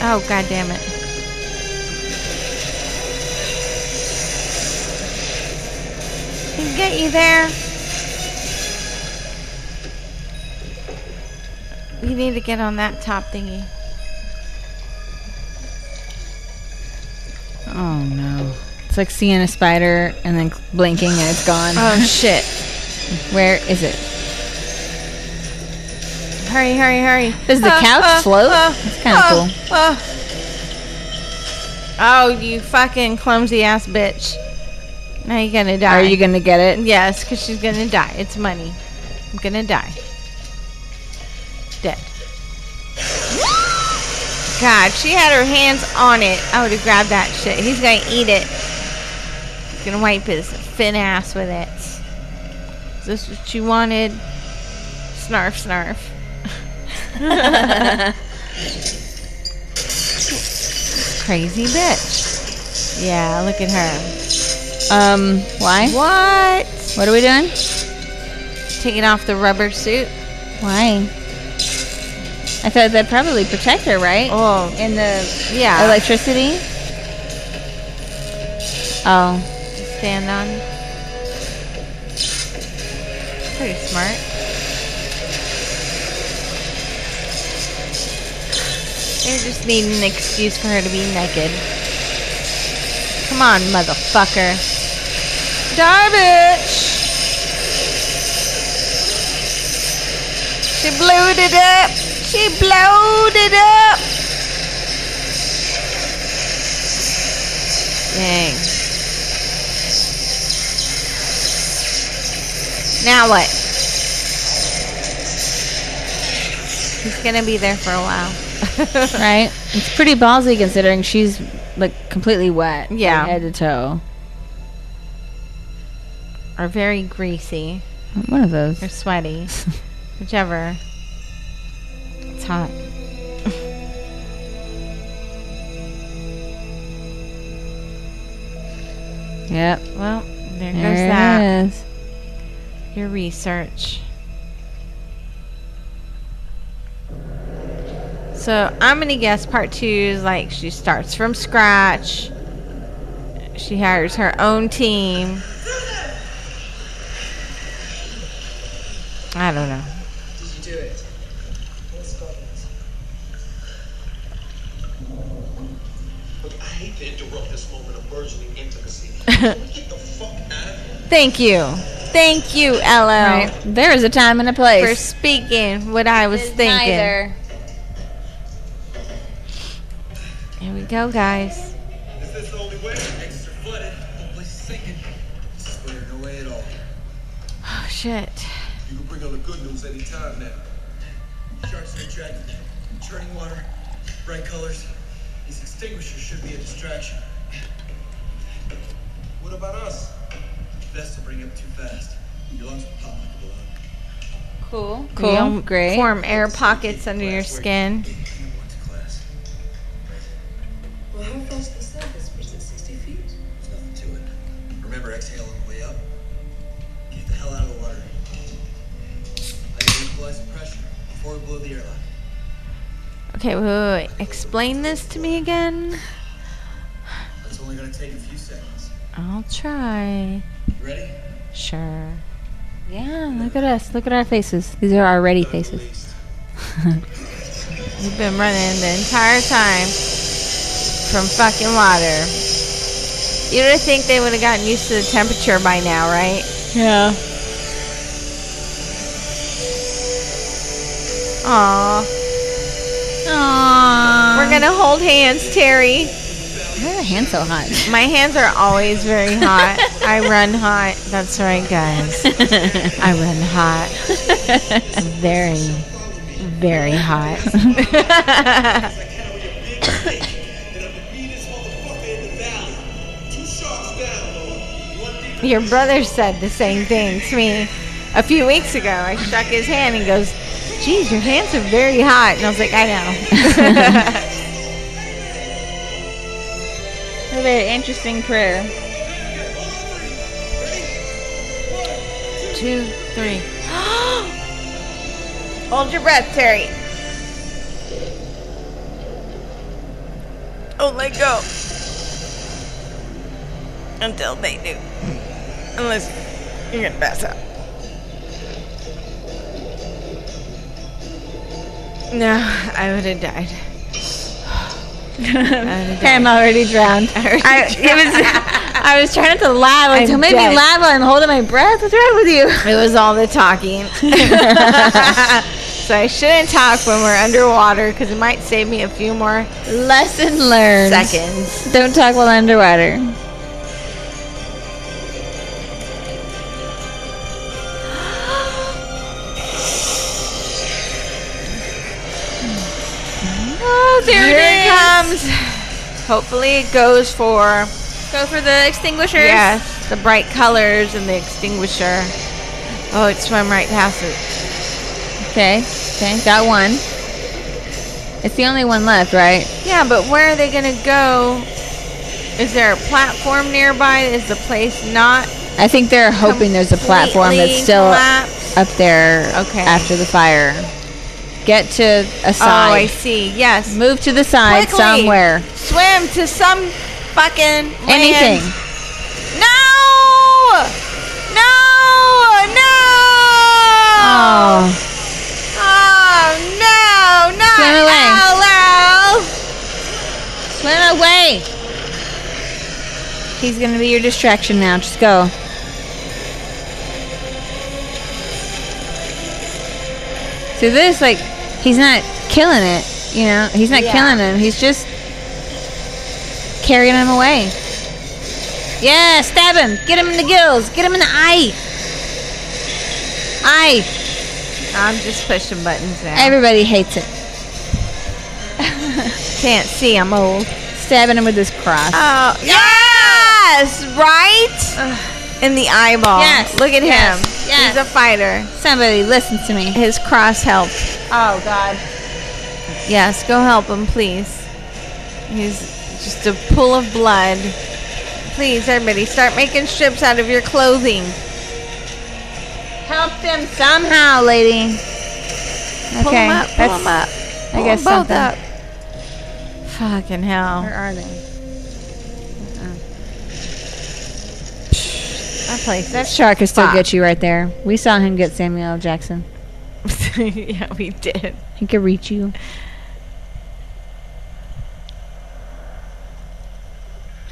Oh god damn it. Can get you there. You need to get on that top thingy. Oh no. It's like seeing a spider and then blinking and it's gone. Oh shit. Where is it? Hurry, hurry, hurry. Uh, Does the couch float? That's kinda cool. Oh. Oh, you fucking clumsy ass bitch. Now you're gonna die. Are you gonna get it? Yes, because she's gonna die. It's money. I'm gonna die. Dead. God, she had her hands on it. I would have grabbed that shit. He's gonna eat it. He's gonna wipe his thin ass with it. Is this what you wanted? Snarf, snarf. Crazy bitch. Yeah, look at her. Um, why? What? What are we doing? Taking off the rubber suit. Why? I thought that probably protect her, right? Oh. In the Yeah. electricity? Oh. stand on. Pretty smart. They just need an excuse for her to be naked. Come on, motherfucker. Die, bitch! She blew it up! She blowed it up! Dang. Now what? He's gonna be there for a while. *laughs* right? It's pretty ballsy considering she's like completely wet. like, Yeah. head to toe. Or very greasy. One of those. Or sweaty. Whichever. It's hot. Yep. Well, there, There goes it that. is. Your research. So I'm gonna guess part two is like she starts from scratch. She hires her own team. I don't know. Did you do it? Yes, God knows. Look, I hate to interrupt this moment of burgeoning intimacy. Get the fuck out of here. Thank you. Thank you, LL. Right. There is a time and a place. For speaking what I was thinking. Neither. Here we go, guys. Is this the only way? Extra flooded. The place is sinking. Square, no way at all. Oh shit. You can bring on the good news anytime now. Sharks are attracted. Churning water, bright colors. These extinguishers should be a distraction. What about us? Best to bring up too fast. Your lungs will pop like a balloon. Cool. You Cool. don't Great. Form air pockets under your skin. Well, how fast is the surface? Was it 60 feet? There's nothing to it. Remember, exhale on the way up. Get the hell out of the water. I need to equalize the pressure before we blow the airlock. Okay, wait, wait, wait. Explain this to me again. That's only gonna take a few seconds. I'll try. You ready? Sure. Yeah, look at us. Look at our faces. These are our ready faces. We've been running the entire time from fucking water. You would think they would have gotten used to the temperature by now, right? yeah. Aw. Aww. We're gonna hold hands, Terry. Why are your hands so hot? My hands are always very hot. *laughs* I run hot. That's right, guys. I run *laughs* hot. Very, very hot. *laughs* Your brother said the same thing to me a few weeks ago. I shook his hand and goes, Geez, your hands are very hot. And I was like, I know. *laughs* A very interesting prayer. Two, three. Hold your breath, Terry. Don't let go. Until they do. Unless you're gonna pass out. No, I would have died. *laughs* I'm already drowned. I, it was, *laughs* I was trying not to laugh. Like, I'm don't make dead. me laugh while I'm holding my breath. What's wrong with you? It was all the *laughs* talking. so I shouldn't talk when we're underwater because it might save me a few more Lesson learned. seconds. Don't talk while underwater. Oh, there Here it comes. Hopefully, it goes for Go for the extinguishers. yes, the bright colors and the extinguisher. Oh, it swam right past it. Okay. Okay. Got one. It's the only one left, right? Yeah, but where are they gonna go? Is there a platform nearby? Is the place not I think they're hoping there's a platform completely that's still collapsed? up there Okay. after the fire. Get to Oh, a I side. see. Yes. Move to the side Quickly. somewhere. Swim to some fucking land. Anything. No! No! No! Oh. Oh, no! Not Swim away. Hello! Swim away. He's going to be your distraction now. Just go. So this, like, he's not killing it. You know, he's not Yeah. killing him. He's just carrying him away. Yeah, stab him. Get him in the gills. Get him in the eye. Eye. I'm just pushing buttons now. Everybody hates it. can't see. I'm old. Stabbing him with this cross. Oh, yes! Oh, Right? in the eyeball. Yes. Look at Yes. him. Yes. He's a fighter. Somebody listen to me. His cross helped. Oh God. Yes, go help him, please. He's just a pool of blood. Please, everybody, start making strips out of your clothing. Help them somehow, lady. Okay. Pull them up. Pull that's- them up. I Pull guess 'em both something. up. Fucking hell. Where are they? That place. That Shark could still fucked. get you right there. We saw him get Samuel L. Jackson. *laughs* yeah, we did. He could reach you.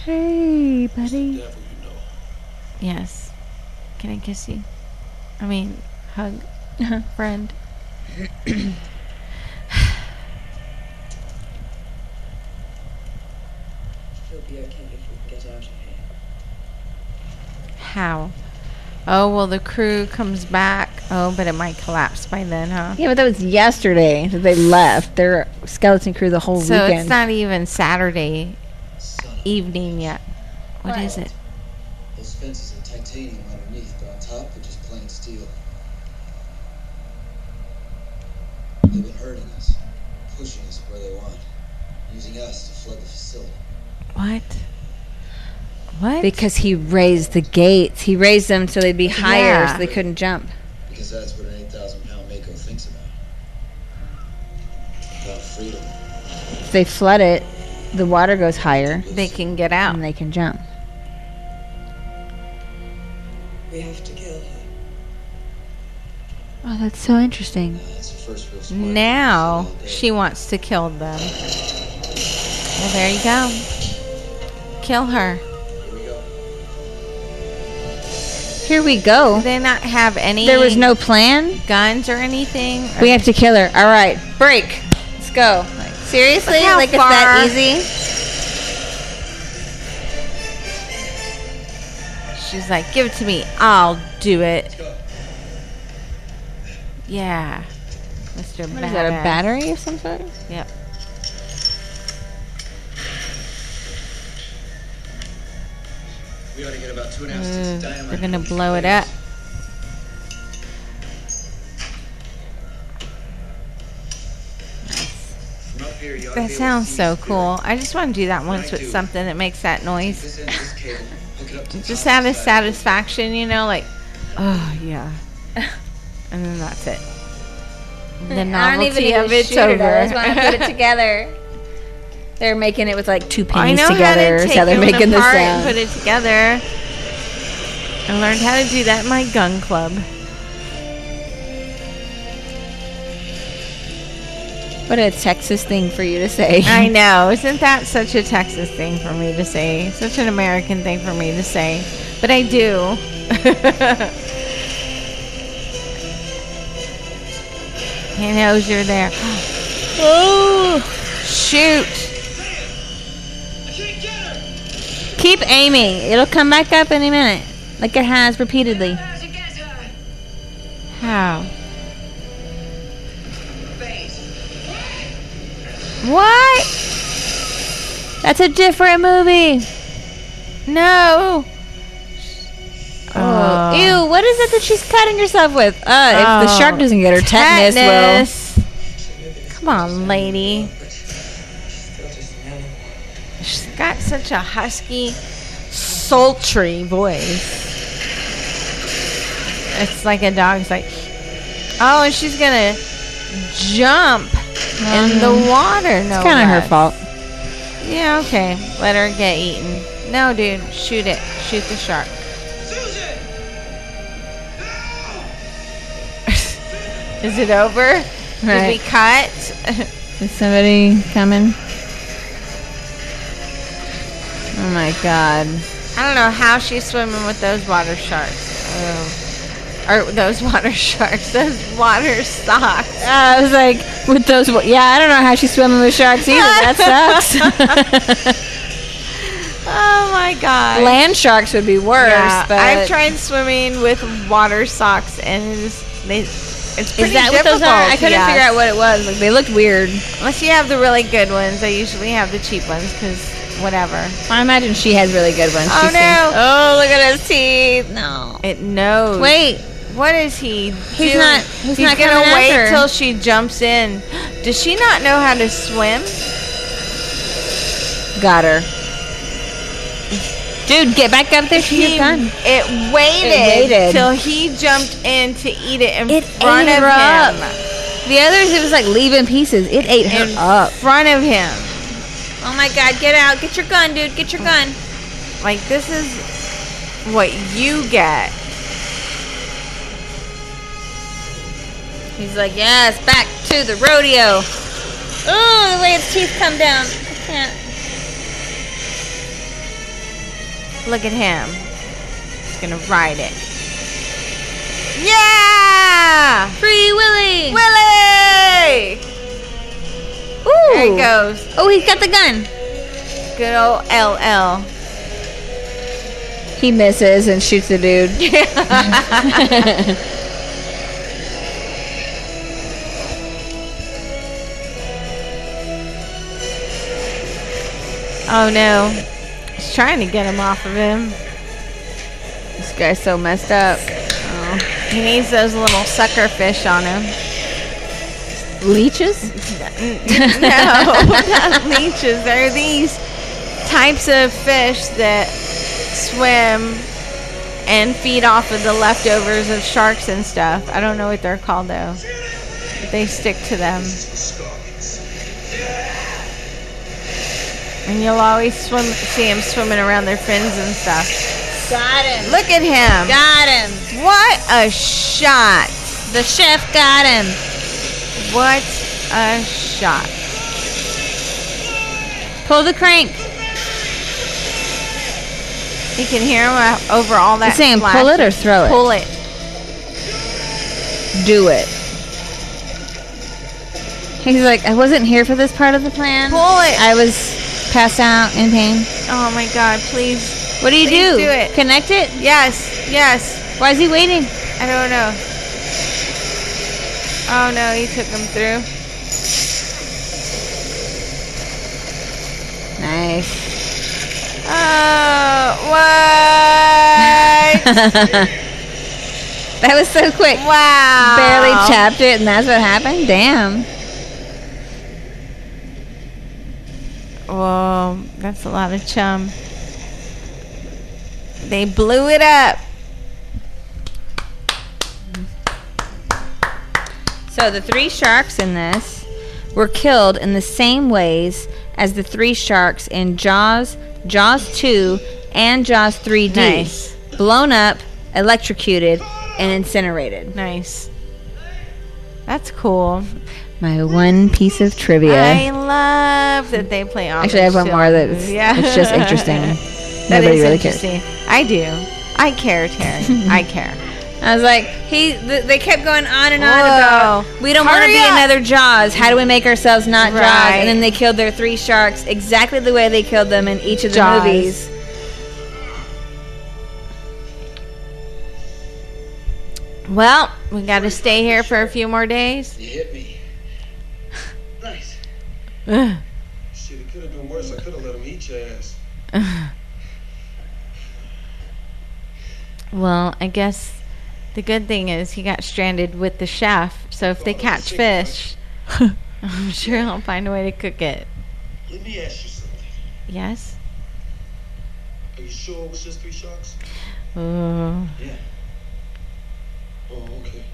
Hey, buddy. Yes. Can I kiss you? I mean, hug, friend. He'll be okay if we get out of here. How? Oh, well, the crew comes back. Oh, but it might collapse by then, huh? Yeah, but that was yesterday that they left. Their skeleton crew the whole So weekend. it's not even Saturday evening yet. What is it? Those fences are titanium underneath, but on top they're just plain steel. They've been hurting us, pushing us where they want, using us to flood the facility. What? What? because he raised the gates. He raised them so they'd be higher, Yeah. so they couldn't jump. Because that's what an 8,000 pound Mako thinks about. About freedom. If they flood it, the water goes higher, they can get out. and they can jump. We have to kill her. Oh, that's so interesting. Now she wants to kill them. Well, there you go. Kill her. Here we go. Do they not have any? There was no plan. guns or anything. We have to kill her. All right, break. Let's go. Like, seriously, Look how like far- it's that easy. She's like, give it to me. I'll do it. Yeah. Mr. What is that? A Badass. battery of some sort? Yep. We ought to get about two and a half sticks Ooh, of dynamite. they're Mm, gonna blow it up. From up here, you ought to be able That to sounds see so spirit. cool. I just want to do that once I with do. something that makes that Take noise. this end of this cable, hook it up to the Just top out of side. satisfaction, you know, like, oh *laughs* yeah, and then that's it. The novelty Hmm, I don't even need of to it's shoot it. I just want *laughs* to put it over. together. They're making it with like two I pennies know how together, to take so they're them making the apart and put sound. it together. I learned how to do that in my gun *laughs* club. What a Texas thing for you to say. *laughs* I know. Isn't that such a Texas thing for me to say? Such an American thing for me to say. But I do. *laughs* he knows you're *gasps* there. oh, shoot. Keep aiming. It'll come back up any minute, like it has repeatedly. How? What? That's a different movie. No. Oh. Ew, what is it that she's cutting herself with? Uh, if the shark doesn't get her, tetanus, will. Come on, lady. She's got such a husky, sultry voice. It's like a dog's like, oh, and she's gonna jump in the water. No, will. Mm-hmm. It's kind of her less. fault. Yeah, okay. Let her get eaten. No, dude, shoot it. Shoot the shark. Is it over? Did we Right. cut? *laughs* Is somebody coming? Oh my god. I don't know how she's swimming with those water sharks. Oh. Or those *laughs* water sharks, those water socks. Uh, I was like, with those. wa- Yeah, I don't know how she's swimming with sharks either. *laughs* That sucks. Oh my god. Land sharks would be worse, Yeah, but. I've tried swimming with water socks and it's, they, it's pretty Is that what those difficult. are? I couldn't yes. figure out what it was. Like they looked weird. Unless you have the really good ones, I usually have the cheap ones because whatever. I imagine she has really good ones. Oh, She sings- no. Oh, look at his teeth. No. It knows. Wait, what is he? He's doing? not- he's not gonna coming wait after. till she jumps in. Does she not know how to swim? Got her. Dude, get back up there. She is done. It waited, It waited. till he jumped in to eat it in It front ate of her him. up. The others, it was like leaving pieces. It ate her In up. front of him. Oh my god, get out. Get your gun, dude. Get your gun. Like this is what you get. He's like, yes, back to the rodeo. Oh, the way its teeth come down. I can't. Look at him. He's gonna ride it. Yeah, Free Willy. Willie. Ooh. There he goes. Oh, he's got the gun. Good old LL. He misses and shoots the dude. *laughs* Oh no. He's trying to get him off of him. this guy's so messed up. Oh. He needs those little sucker fish on him. Leeches? *laughs* no, not leeches. They're these types of fish that swim and feed off of the leftovers of sharks and stuff. I don't know what they're called though. But they stick to them. And you'll always swim, see them swimming around their fins and stuff. Got him. Look at him. Got him. What a shot. The chef got him. What a shot. Pull the crank. You can hear him uh, over all that. It's saying pull it or splashing. throw it? Pull it. Do it. He's like, I wasn't here for this part of the plan. Pull it. I was passed out in pain. Oh my God! Please. What do you Please do? do it. Connect it? Yes. Yes. Why is he waiting? I don't know. Oh no! He took him through. Nice. Oh *laughs* what? that *laughs* was so quick. wow. Barely chapped it, and that's what happened. Damn. Whoa! That's a lot of chum. They blew it up. So the three sharks in this were killed in the same ways as the three sharks in Jaws, Jaws 2, and Jaws 3D. Nice. Blown up, electrocuted, and incinerated. Nice. That's cool. My one piece of trivia. I love that they play all Actually, I have one more that's it's just *laughs* interesting. That Nobody is really cares. interesting. I do. I care, *laughs* Terry. I care. I was like, he. Th- they kept going on and on Whoa. about we don't want to Hurry be up." another Jaws. How do we make ourselves not Jaws? Right. And then they killed their three sharks exactly the way they killed them in each of the Jaws. movies. Well, we got to stay here for a few more days. You hit me. Nice. Ugh. Shit, it could have been worse. I could have let him eat your ass. Well, I guess the good thing is he got stranded with the chef. So if they catch fish, *laughs* I'm sure he'll find a way to cook it. Let me ask you something. Yes. Are you sure it was just three sharks? Ooh. Yeah. Oh, okay.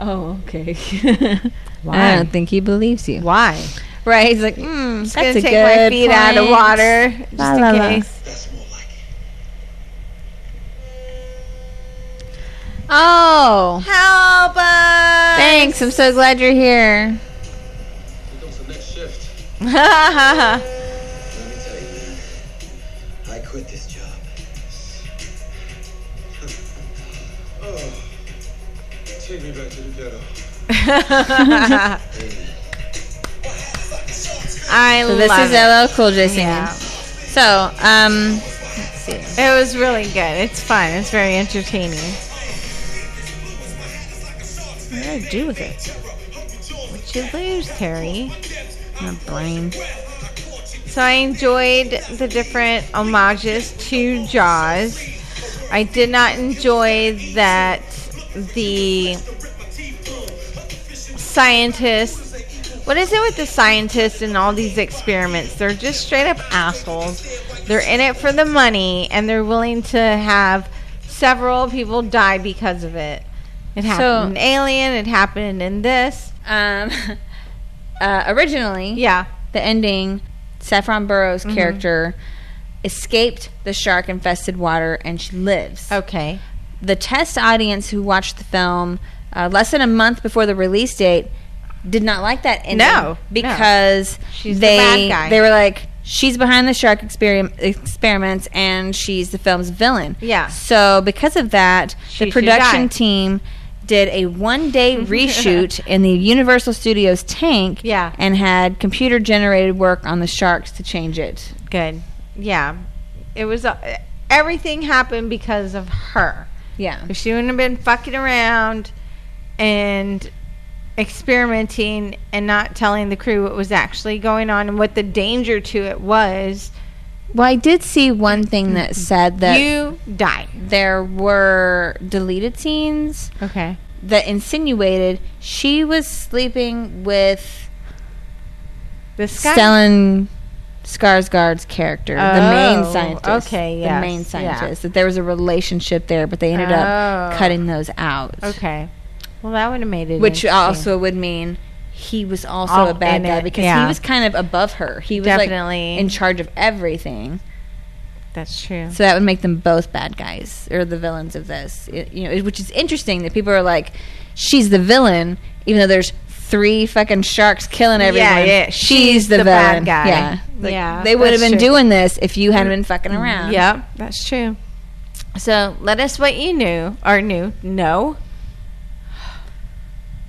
Oh, okay. Why? I don't think he believes *laughs* you. Why? Right? He's like, mm, Just Hmm, gonna that's a take good my feet out of point. water just La, in la, la. case. That's more like it. Oh, Help us! thanks. I'm so glad you're here. Here comes the next shift. Oh. Let me tell you, man. I quit this job. *laughs* Oh. Take me back to the ghetto. *laughs* I So this love is it. LL Cool J singing. Yeah. So, um, let's see. It was really good. It's fun. It's very entertaining. What do I do with it? What'd you lose, Terry? My brain. So I enjoyed the different homages to Jaws. I did not enjoy that the scientists. What is it with the scientists and all these experiments? They're just straight up assholes. They're in it for the money and they're willing to have several people die because of it. It happened in Alien, it happened in this. Um, *laughs* uh, originally, yeah, the ending, Saffron Burrows' Mhm. character escaped the shark-infested water and she lives. Okay. The test audience who watched the film uh, less than a month before the release date did not like that ending. No, because She's the they bad guy. they were like. She's behind the shark experim- experiments, and she's the film's villain. Yeah. So because of that, She the should production die. team did *laughs* a one-day reshoot in the Universal Studios tank. Yeah. And had computer-generated work on the sharks to change it. Good. Yeah. It was uh, everything happened because of her. Yeah. If she wouldn't have been fucking around and experimenting and not telling the crew what was actually going on and what the danger to it was, Well, I did see one thing that said that Mm-hmm. you die. there were deleted scenes Okay. that insinuated she was sleeping with The sky. Stellan Skarsgård's character, the main Oh, scientist. okay, the yes, main yeah. scientist. That there was a relationship there, but they ended up Oh. cutting those out. Okay. Well, that would have made it. which interesting. also would mean he was also All a bad in guy it, because he yeah. was kind of above her. He was Definitely. like in charge of everything. That's true. So that would make them both bad guys or the villains of this. It- you know, it- which is interesting that people are like, she's the villain, even though there's three fucking sharks killing Yeah, everyone. yeah, She's, she's the, the bad villain. guy. Yeah. Like, Yeah, They would have that's been true. doing this if you hadn't been Mm-hmm. fucking around. Yep, that's true. So let us what you knew or knew no.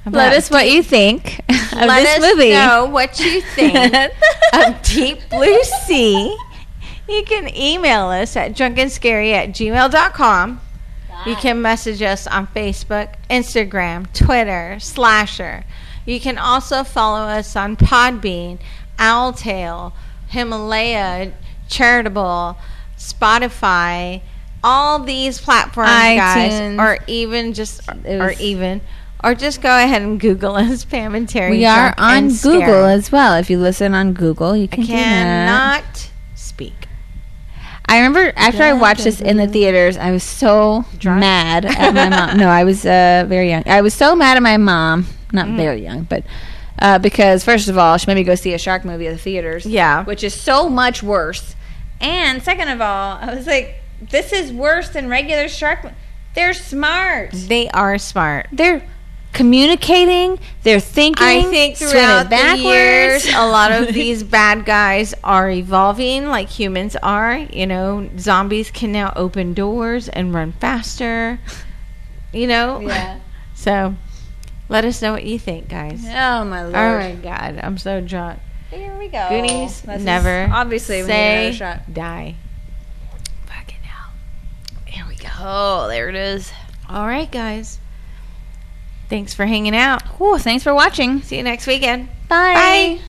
Let us what *laughs* you think of Let this us movie. know what you *laughs* think of Deep Blue Sea. You can email us at drunkenscary at gmail.com. You can message us on Facebook, Instagram, Twitter, Slasher. You can also follow us on Podbean, Owltail, Himalaya, Charitable, Spotify, all these platforms, iTunes. guys, or even just, It or was- even, or just go ahead and Google us, Pam and Terry. we are Drunk on and Google Scary. as well. If you listen on Google, you can do that. Cannot speak. I remember after I watched this in the theaters, I was so mad at my *laughs* mom. No, I was uh, very young. I was so mad at my mom. Not very young, but uh, because first of all, she made me go see a shark movie at the theaters. Yeah. which is so much worse. And second of all, I was like, this is worse than regular shark. Mo- They're smart. They are smart. They're communicating. They're thinking. I think swimming throughout the backwards. years, a lot *laughs* of these bad guys are evolving like humans are. You know, zombies can now open doors and run faster. You know? Yeah. *laughs* So let us know what you think, guys. Oh my Oh lord. my God. I'm so drunk. Here we go. Goonies This is- never Obviously, we need say another shot. die. Fucking hell. Here we go. There it is. All right, guys. Thanks for hanging out. Cool. Thanks for watching. See you next weekend. Bye. Bye.